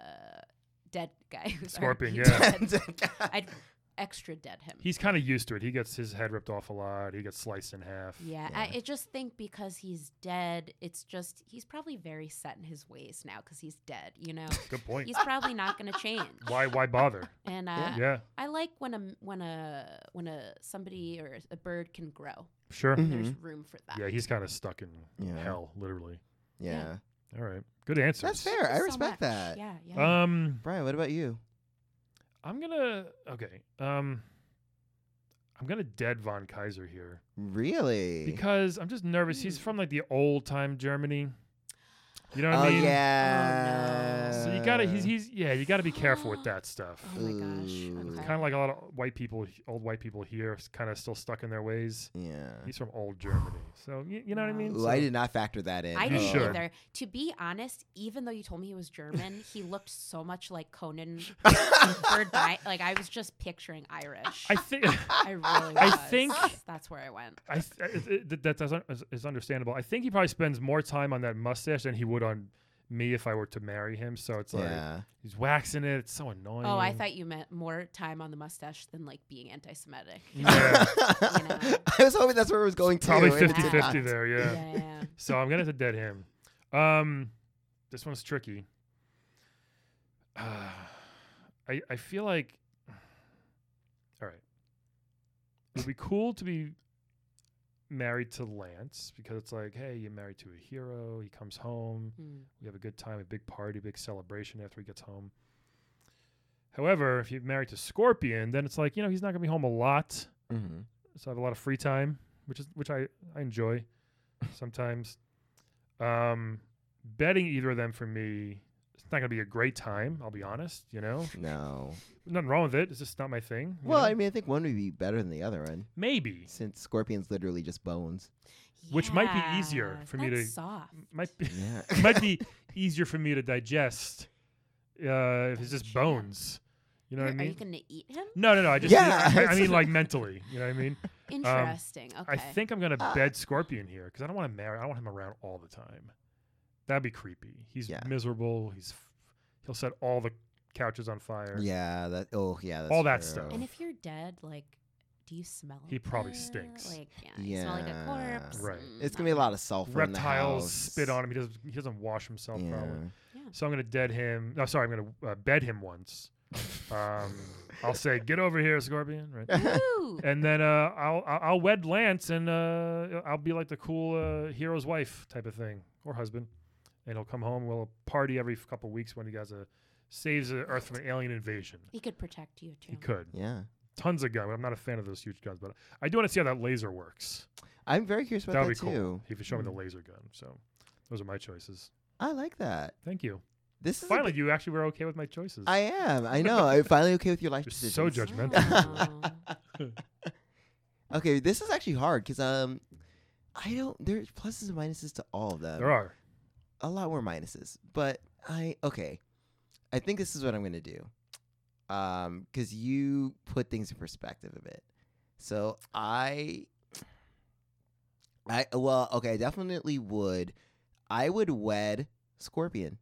[SPEAKER 5] dead guy, [laughs] who's already
[SPEAKER 1] Scorpion, yeah.
[SPEAKER 3] [laughs]
[SPEAKER 5] dead.
[SPEAKER 1] [laughs]
[SPEAKER 5] I'd extra dead him.
[SPEAKER 1] He's kind of used to it. He gets his head ripped off a lot. He gets sliced in half.
[SPEAKER 5] yeah, I, I just think because he's dead, it's just he's probably very set in his ways now because he's dead.
[SPEAKER 1] [laughs]
[SPEAKER 5] You know,
[SPEAKER 1] Good point.
[SPEAKER 5] he's probably not going to change.
[SPEAKER 1] why? Why bother?
[SPEAKER 5] [laughs] And uh,
[SPEAKER 1] [laughs] yeah.
[SPEAKER 5] I like when a m- when a when a somebody or a bird can grow.
[SPEAKER 1] Sure.
[SPEAKER 3] Mhm.
[SPEAKER 5] There's room for that.
[SPEAKER 1] Mm-hmm. Yeah, he's kind of stuck in
[SPEAKER 3] Yeah.
[SPEAKER 1] hell, literally.
[SPEAKER 3] yeah.
[SPEAKER 1] All right. Good answer.
[SPEAKER 3] That's fair. I
[SPEAKER 5] So
[SPEAKER 3] respect
[SPEAKER 5] much.
[SPEAKER 3] that.
[SPEAKER 5] Yeah, yeah.
[SPEAKER 1] Um,
[SPEAKER 3] Brian, what about you?
[SPEAKER 1] I'm gonna okay. Um, I'm gonna dead von Kaiser here
[SPEAKER 3] Really?
[SPEAKER 1] because I'm just nervous. He's
[SPEAKER 5] Hmm.
[SPEAKER 1] from like the old time Germany. You know what
[SPEAKER 3] oh
[SPEAKER 1] I mean?
[SPEAKER 3] yeah.
[SPEAKER 1] So you gotta he's he's yeah you gotta be careful with that stuff.
[SPEAKER 5] oh my
[SPEAKER 3] Ooh.
[SPEAKER 5] gosh. Okay.
[SPEAKER 1] Kind of like a lot of white people, old white people here, kind of still stuck in their ways.
[SPEAKER 3] Yeah.
[SPEAKER 1] He's from old Germany, so you, you know what I
[SPEAKER 5] Wow.
[SPEAKER 1] mean.
[SPEAKER 3] Ooh,
[SPEAKER 1] So-
[SPEAKER 3] I did not factor that in.
[SPEAKER 5] I
[SPEAKER 3] at
[SPEAKER 1] You
[SPEAKER 5] didn't
[SPEAKER 1] should.
[SPEAKER 5] either. To be honest, even though you told me he was German, he looked so much like
[SPEAKER 3] [laughs]
[SPEAKER 5] Conan. Bird Di- like I was just picturing Irish.
[SPEAKER 1] I
[SPEAKER 5] I,
[SPEAKER 1] think [laughs]
[SPEAKER 5] really. Was.
[SPEAKER 1] I think-
[SPEAKER 5] that's where I went.
[SPEAKER 1] I th- it, it, that- that's un- is- is understandable. I think he probably spends more time on that mustache than he would on me if I were to marry him. So it's
[SPEAKER 3] [laughs]
[SPEAKER 1] like
[SPEAKER 3] Yeah.
[SPEAKER 1] he's waxing it. It's so annoying.
[SPEAKER 5] Oh, I thought you meant more time on the mustache than like being anti-Semitic.
[SPEAKER 3] [laughs]
[SPEAKER 1] Yeah,
[SPEAKER 3] I was hoping that's where it was going to.
[SPEAKER 1] probably
[SPEAKER 3] and it did
[SPEAKER 1] 50-50
[SPEAKER 3] not.
[SPEAKER 1] there.
[SPEAKER 5] Yeah.
[SPEAKER 1] Yeah.
[SPEAKER 5] yeah, yeah.
[SPEAKER 1] So I'm gonna have to dead him. Um, this one's tricky. [sighs] Uh, I I feel like. [sighs] All right. It'd be cool to be married to Lance because it's like, hey, you're married to a hero. He comes home.
[SPEAKER 5] Hmm.
[SPEAKER 1] We have a good time, a big party, big celebration after he gets home. However, if you're married to Scorpion, then it's like, you know, he's not gonna be home a lot.
[SPEAKER 3] Mhm.
[SPEAKER 1] So I have a lot of free time, which is which I, I enjoy
[SPEAKER 5] [laughs]
[SPEAKER 1] sometimes. Um betting either of them for me, It's not gonna be a great time. I'll be honest. You know,
[SPEAKER 3] No.
[SPEAKER 1] nothing wrong with it. It's just not my thing. you
[SPEAKER 3] Well,
[SPEAKER 1] know?
[SPEAKER 3] I mean, I think one would be better than the other one
[SPEAKER 5] [laughs]
[SPEAKER 1] maybe
[SPEAKER 3] since Scorpion's literally just bones.
[SPEAKER 1] Which might be easier
[SPEAKER 5] Yeah,
[SPEAKER 1] for me
[SPEAKER 5] that's
[SPEAKER 1] to-
[SPEAKER 5] soft.
[SPEAKER 1] might
[SPEAKER 5] [laughs]
[SPEAKER 1] be
[SPEAKER 3] Yeah.
[SPEAKER 1] [laughs] might be easier for me to digest uh, if it's just bones. You know
[SPEAKER 5] You're-
[SPEAKER 1] what I
[SPEAKER 5] Are you
[SPEAKER 1] mean? Um,
[SPEAKER 5] gonna eat him?
[SPEAKER 1] No, no, no. I
[SPEAKER 5] [laughs]
[SPEAKER 1] just
[SPEAKER 3] Yeah.
[SPEAKER 1] I, I mean like mentally. You know what I mean?
[SPEAKER 5] Interesting. okay.
[SPEAKER 1] I think I'm gonna
[SPEAKER 3] Uh,
[SPEAKER 1] bed Scorpion here because I don't want to marry. I don't want him around all the time. That'd be creepy. He's
[SPEAKER 3] Yeah.
[SPEAKER 1] miserable. He's f- he'll set all the couches on fire.
[SPEAKER 3] Yeah. That. Oh, yeah. That's
[SPEAKER 1] All that
[SPEAKER 3] true.
[SPEAKER 1] stuff.
[SPEAKER 5] And if you're dead, like, do you smell?
[SPEAKER 1] He probably
[SPEAKER 5] bad?
[SPEAKER 1] stinks.
[SPEAKER 5] Like, yeah, you smell like a
[SPEAKER 3] Yeah.
[SPEAKER 5] corpse.
[SPEAKER 1] Right.
[SPEAKER 5] Mm,
[SPEAKER 3] it's
[SPEAKER 5] not
[SPEAKER 3] gonna be a lot of sulfur. in the
[SPEAKER 1] Reptiles
[SPEAKER 3] house.
[SPEAKER 1] spit on him. He doesn't. He doesn't wash himself
[SPEAKER 3] Yeah.
[SPEAKER 1] probably. So I'm gonna dead him. No, sorry. I'm gonna uh, bed him once. um, I'll say, "Get over here, Scorpion!" Right.
[SPEAKER 5] good.
[SPEAKER 1] [laughs]
[SPEAKER 5] Ooh.
[SPEAKER 1] and then uh, I'll I'll I'll wed Lance, and uh, I'll be like the cool uh, hero's wife type of thing, or husband, and he'll come home. We'll party every f- couple weeks when he guys uh, saves the Earth from an alien invasion.
[SPEAKER 5] He could protect you too.
[SPEAKER 1] He could
[SPEAKER 3] Yeah.
[SPEAKER 1] tons of guns. I'm not a fan of those huge guns, but I do want to see how that laser works.
[SPEAKER 3] I'm very curious about
[SPEAKER 1] That would
[SPEAKER 3] that,
[SPEAKER 1] be cool.
[SPEAKER 3] too.
[SPEAKER 1] He could show me the laser gun. So those are my choices.
[SPEAKER 3] I like that.
[SPEAKER 1] Thank you.
[SPEAKER 3] This is
[SPEAKER 1] [laughs]
[SPEAKER 3] a
[SPEAKER 1] Finally, you actually were okay with my choices.
[SPEAKER 3] I am. I know.
[SPEAKER 1] [laughs]
[SPEAKER 3] I'm finally okay with your life
[SPEAKER 1] You're
[SPEAKER 3] decisions.
[SPEAKER 1] so judgmental.
[SPEAKER 5] Wow.
[SPEAKER 3] Okay, this is actually hard because um, I don't. There's pluses and minuses to all of them.
[SPEAKER 1] there are.
[SPEAKER 3] a lot more minuses, but I okay. I think this is what I'm gonna do, um, because you put things in perspective a bit. So I, I well, okay, I definitely would. I would wed Scorpion.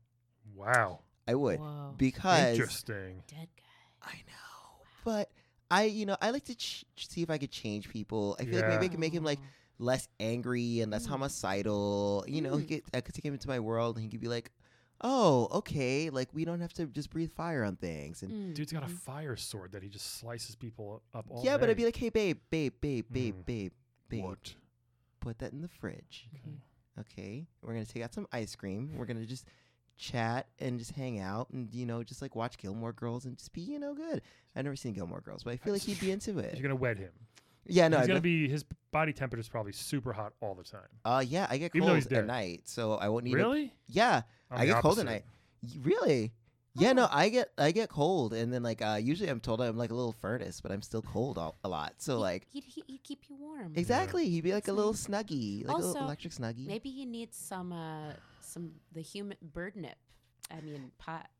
[SPEAKER 1] Wow.
[SPEAKER 3] I [laughs] would
[SPEAKER 5] Whoa.
[SPEAKER 3] because
[SPEAKER 1] Interesting.
[SPEAKER 5] Dead guy.
[SPEAKER 3] I know. But I, you know, I like to ch- see if I could change people. I feel like maybe I
[SPEAKER 1] Yeah.
[SPEAKER 3] could make him like
[SPEAKER 5] Aw.
[SPEAKER 3] less angry and less
[SPEAKER 5] Mm.
[SPEAKER 3] homicidal. You know, he
[SPEAKER 5] Mm.
[SPEAKER 3] could, I could take him into my world, and he could be like, "Oh, okay, like we don't have to just breathe fire on things." And
[SPEAKER 5] Mm,
[SPEAKER 1] Dude's got a
[SPEAKER 5] mm.
[SPEAKER 1] fire sword that he just slices people up all
[SPEAKER 3] yeah, but
[SPEAKER 1] day.
[SPEAKER 3] I'd be like, "Hey, babe, babe, babe, babe,
[SPEAKER 1] Mm.
[SPEAKER 3] babe, babe,
[SPEAKER 1] What?
[SPEAKER 3] put that in the fridge,
[SPEAKER 1] Okay.
[SPEAKER 3] okay? We're gonna take out some ice cream. We're gonna just." Chat and just hang out and you know just like watch Gilmore Girls and just be you know good. I've never seen Gilmore Girls, but I feel like he'd be into it.
[SPEAKER 1] You're gonna wed him.
[SPEAKER 3] Yeah, no,
[SPEAKER 1] he's
[SPEAKER 3] I've
[SPEAKER 1] gonna
[SPEAKER 3] def-
[SPEAKER 1] be his body temperature is probably super hot all the time.
[SPEAKER 3] Uh, yeah, I get
[SPEAKER 1] Even though he's
[SPEAKER 3] colds at
[SPEAKER 1] dead.
[SPEAKER 3] night, so I won't need. a-
[SPEAKER 1] Really?
[SPEAKER 3] yeah,
[SPEAKER 1] I'm
[SPEAKER 3] I
[SPEAKER 1] the
[SPEAKER 3] get cold at
[SPEAKER 1] opposite.
[SPEAKER 3] night. Y- Really? Yeah,
[SPEAKER 5] Oh.
[SPEAKER 3] no, I get I get cold, and then like uh, usually I'm told I'm like a little furnace, but I'm still cold all, a lot. So
[SPEAKER 5] He-
[SPEAKER 3] like
[SPEAKER 5] he'd, he- he'd keep you warm.
[SPEAKER 3] exactly, he'd be like a
[SPEAKER 5] That's
[SPEAKER 3] little
[SPEAKER 5] nice.
[SPEAKER 3] snuggie, like a
[SPEAKER 5] Also,
[SPEAKER 3] little electric snuggie.
[SPEAKER 5] Maybe he needs some uh some the human bird nip. I mean pot.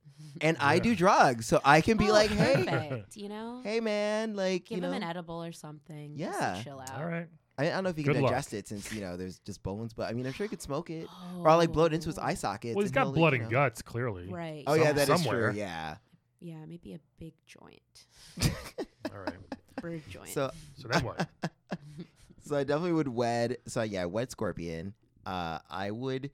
[SPEAKER 3] And I
[SPEAKER 1] Yeah.
[SPEAKER 3] do drugs, so I can be
[SPEAKER 5] Oh,
[SPEAKER 3] like, hey,
[SPEAKER 5] perfect, you know.
[SPEAKER 3] hey man, like
[SPEAKER 5] Give
[SPEAKER 3] you
[SPEAKER 5] him
[SPEAKER 3] know,
[SPEAKER 5] an edible or something. just to
[SPEAKER 3] Yeah.
[SPEAKER 5] chill out.
[SPEAKER 1] All right.
[SPEAKER 3] I, I don't know if he can
[SPEAKER 1] Good luck.
[SPEAKER 3] digest it since you know there's just bones, but I mean I'm sure he could smoke it or I'll like blow it into his
[SPEAKER 5] Oh,
[SPEAKER 3] eye sockets.
[SPEAKER 1] Well, he's
[SPEAKER 3] and
[SPEAKER 1] got
[SPEAKER 3] he'll, like,
[SPEAKER 1] blood
[SPEAKER 3] you
[SPEAKER 1] and
[SPEAKER 3] know-
[SPEAKER 1] guts clearly.
[SPEAKER 5] Right.
[SPEAKER 3] Oh yeah,
[SPEAKER 1] some-
[SPEAKER 3] that is
[SPEAKER 1] somewhere.
[SPEAKER 3] true. Yeah.
[SPEAKER 5] Yeah, maybe a big joint,
[SPEAKER 1] All right.
[SPEAKER 5] bird joint.
[SPEAKER 3] So
[SPEAKER 1] So then
[SPEAKER 3] [laughs]
[SPEAKER 1] what?
[SPEAKER 3] So I definitely would wed. So yeah, wed Scorpion. Uh, I would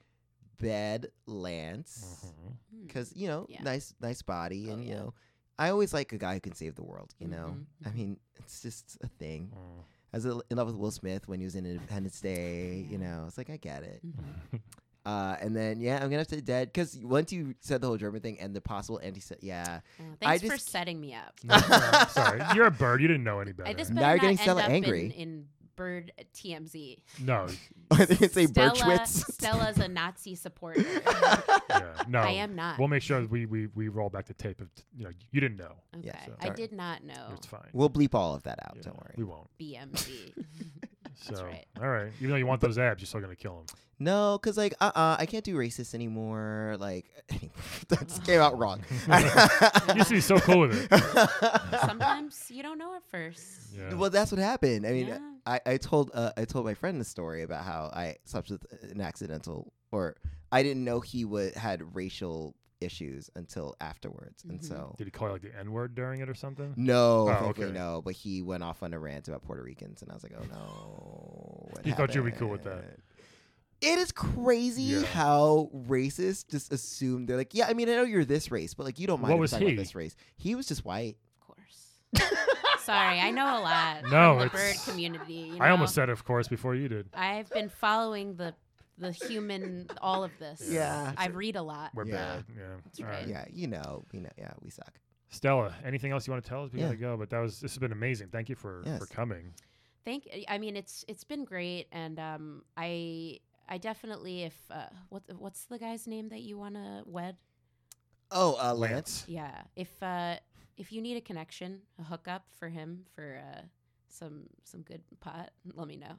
[SPEAKER 3] bed Lance
[SPEAKER 1] Mhm.
[SPEAKER 3] [laughs]
[SPEAKER 5] Hmm.
[SPEAKER 3] because you know,
[SPEAKER 5] Yeah.
[SPEAKER 3] nice, nice body,
[SPEAKER 5] Oh,
[SPEAKER 3] and you
[SPEAKER 5] yeah.
[SPEAKER 3] know, I always like a guy who can save the world. You know,
[SPEAKER 5] Mhm,
[SPEAKER 3] I mean, it's just a thing.
[SPEAKER 1] Mm.
[SPEAKER 3] I was in love with Will Smith when he was in Independence Day. You
[SPEAKER 5] Oh, Yeah.
[SPEAKER 3] know, it's like I get it.
[SPEAKER 5] Mhm.
[SPEAKER 3] Uh, and then yeah, I'm gonna have to dead because once you said the whole German thing and the possible anti, yeah, [laughs]
[SPEAKER 5] Well, thanks
[SPEAKER 3] I
[SPEAKER 5] for
[SPEAKER 3] just-
[SPEAKER 5] setting me up.
[SPEAKER 1] No, no, sorry, you're a bird. You didn't know any better.
[SPEAKER 5] I, this
[SPEAKER 3] Now
[SPEAKER 5] better
[SPEAKER 3] you're
[SPEAKER 5] not
[SPEAKER 3] getting
[SPEAKER 5] end
[SPEAKER 3] Stella
[SPEAKER 5] up
[SPEAKER 3] angry.
[SPEAKER 5] In, in bird TMZ.
[SPEAKER 1] no,
[SPEAKER 3] I think it's a
[SPEAKER 5] Stella,
[SPEAKER 3] Birchwitz.
[SPEAKER 5] [laughs] Stella's a
[SPEAKER 3] [laughs]
[SPEAKER 5] Nazi supporter. [laughs]
[SPEAKER 1] yeah, no.
[SPEAKER 5] I am not.
[SPEAKER 1] We'll make sure that we, we we roll back the tape of t- you know you didn't know.
[SPEAKER 5] okay.
[SPEAKER 3] Yeah, so-
[SPEAKER 5] I
[SPEAKER 3] Sorry.
[SPEAKER 5] did not know
[SPEAKER 1] It's fine.
[SPEAKER 3] We'll bleep all of that out.
[SPEAKER 1] Yeah,
[SPEAKER 3] Don't
[SPEAKER 1] We
[SPEAKER 3] worry.
[SPEAKER 1] won't.
[SPEAKER 3] [laughs]
[SPEAKER 5] BMZ.
[SPEAKER 1] So
[SPEAKER 5] right.
[SPEAKER 1] all right, even though you want those abs, you're still gonna
[SPEAKER 3] [laughs]
[SPEAKER 1] kill him.
[SPEAKER 3] No, cause like uh uh I can't do racist anymore. Like [laughs] that came out wrong.
[SPEAKER 1] [laughs] You used to be so cool
[SPEAKER 3] [laughs]
[SPEAKER 1] with it.
[SPEAKER 5] Sometimes you don't know at first.
[SPEAKER 1] Yeah.
[SPEAKER 3] Well, that's what happened. I mean,
[SPEAKER 5] Yeah.
[SPEAKER 3] I I told uh, I told my friend the story about how I slept with uh, an accidental, or I didn't know he would had racial issues until afterwards, and
[SPEAKER 5] Mhm.
[SPEAKER 3] so
[SPEAKER 1] Did he call you like the N word during it or something?
[SPEAKER 3] no,
[SPEAKER 1] Oh,
[SPEAKER 3] thankfully
[SPEAKER 1] okay.
[SPEAKER 3] no. But he went off on a rant about Puerto Ricans, and I was like, oh no. What
[SPEAKER 1] You thought you'd be cool with that.
[SPEAKER 3] happened? It is crazy
[SPEAKER 1] Yeah.
[SPEAKER 3] how racists just assume they're like, yeah. I mean, I know you're this race, but like, you don't mind
[SPEAKER 1] What
[SPEAKER 3] if
[SPEAKER 1] was
[SPEAKER 3] talking about
[SPEAKER 1] he?
[SPEAKER 3] this race. He was just white.
[SPEAKER 5] Of course. Sorry, I know a
[SPEAKER 1] [laughs]
[SPEAKER 5] lot.
[SPEAKER 1] No,
[SPEAKER 5] from the bird
[SPEAKER 1] it's-
[SPEAKER 5] community. you
[SPEAKER 1] I almost
[SPEAKER 5] know?
[SPEAKER 1] said, of course, before you did.
[SPEAKER 5] I've been following the the human all of this.
[SPEAKER 3] Yeah.
[SPEAKER 5] I read a lot.
[SPEAKER 1] We're
[SPEAKER 3] Yeah.
[SPEAKER 1] bad. Yeah.
[SPEAKER 5] That's
[SPEAKER 1] All
[SPEAKER 5] right.
[SPEAKER 1] right.
[SPEAKER 3] Yeah, you know, you know, yeah, we suck.
[SPEAKER 1] Stella, anything else you want to tell us? We
[SPEAKER 3] Yeah.
[SPEAKER 1] gotta go. But that was this has been amazing. Thank you for
[SPEAKER 3] Yes.
[SPEAKER 1] for coming.
[SPEAKER 5] Thank. I mean, it's it's been great, and um, I I definitely if uh, what what's the guy's name that you want to wed?
[SPEAKER 3] Oh, uh, Lance.
[SPEAKER 1] Lance.
[SPEAKER 5] Yeah. If uh, if you need a connection, a hookup for him for uh, some some good pot, let me know.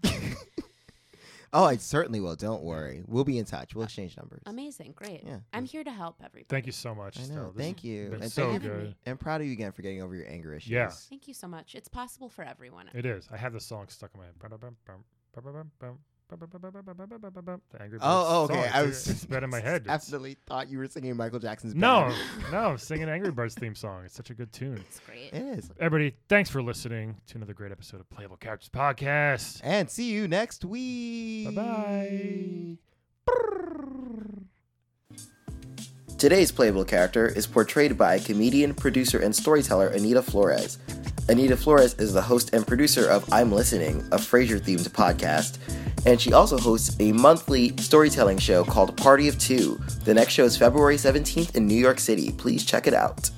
[SPEAKER 3] Oh, I certainly will. Don't worry. We'll be in touch. We'll exchange numbers.
[SPEAKER 5] Amazing, great.
[SPEAKER 3] Yeah.
[SPEAKER 5] I'm here to help everybody.
[SPEAKER 1] Thank you so much.
[SPEAKER 3] I know.
[SPEAKER 1] Estelle. This
[SPEAKER 3] Thank
[SPEAKER 1] has
[SPEAKER 3] you.
[SPEAKER 1] been
[SPEAKER 3] And
[SPEAKER 1] so
[SPEAKER 5] thank you.
[SPEAKER 1] good.
[SPEAKER 3] I'm proud of you again for getting over your anger issues.
[SPEAKER 1] Yeah.
[SPEAKER 5] Thank you so much. It's possible for everyone.
[SPEAKER 1] It is. I have the song stuck in my head. The Angry Birds.
[SPEAKER 3] Oh, oh, okay.
[SPEAKER 1] song.
[SPEAKER 3] I
[SPEAKER 1] It's-
[SPEAKER 3] was
[SPEAKER 1] It's been
[SPEAKER 3] [laughs]
[SPEAKER 1] in my head. It's-
[SPEAKER 3] Absolutely thought you were singing Michael Jackson's.
[SPEAKER 1] No,
[SPEAKER 3] Bad.
[SPEAKER 1] no, I'm singing Angry Birds theme song. It's such a good tune.
[SPEAKER 5] It's great.
[SPEAKER 3] It is.
[SPEAKER 1] Everybody, thanks for listening to another great episode of Playable Characters Podcast.
[SPEAKER 3] And see you next week.
[SPEAKER 1] Bye-bye.
[SPEAKER 3] Today's playable character is portrayed by comedian, producer, and storyteller Anita Flores. Anita Flores is the host and producer of I'm Listening, a Frasier themed podcast, and she also hosts a monthly storytelling show called Party of Two. The next show is February 17th in New York City. Please check it out.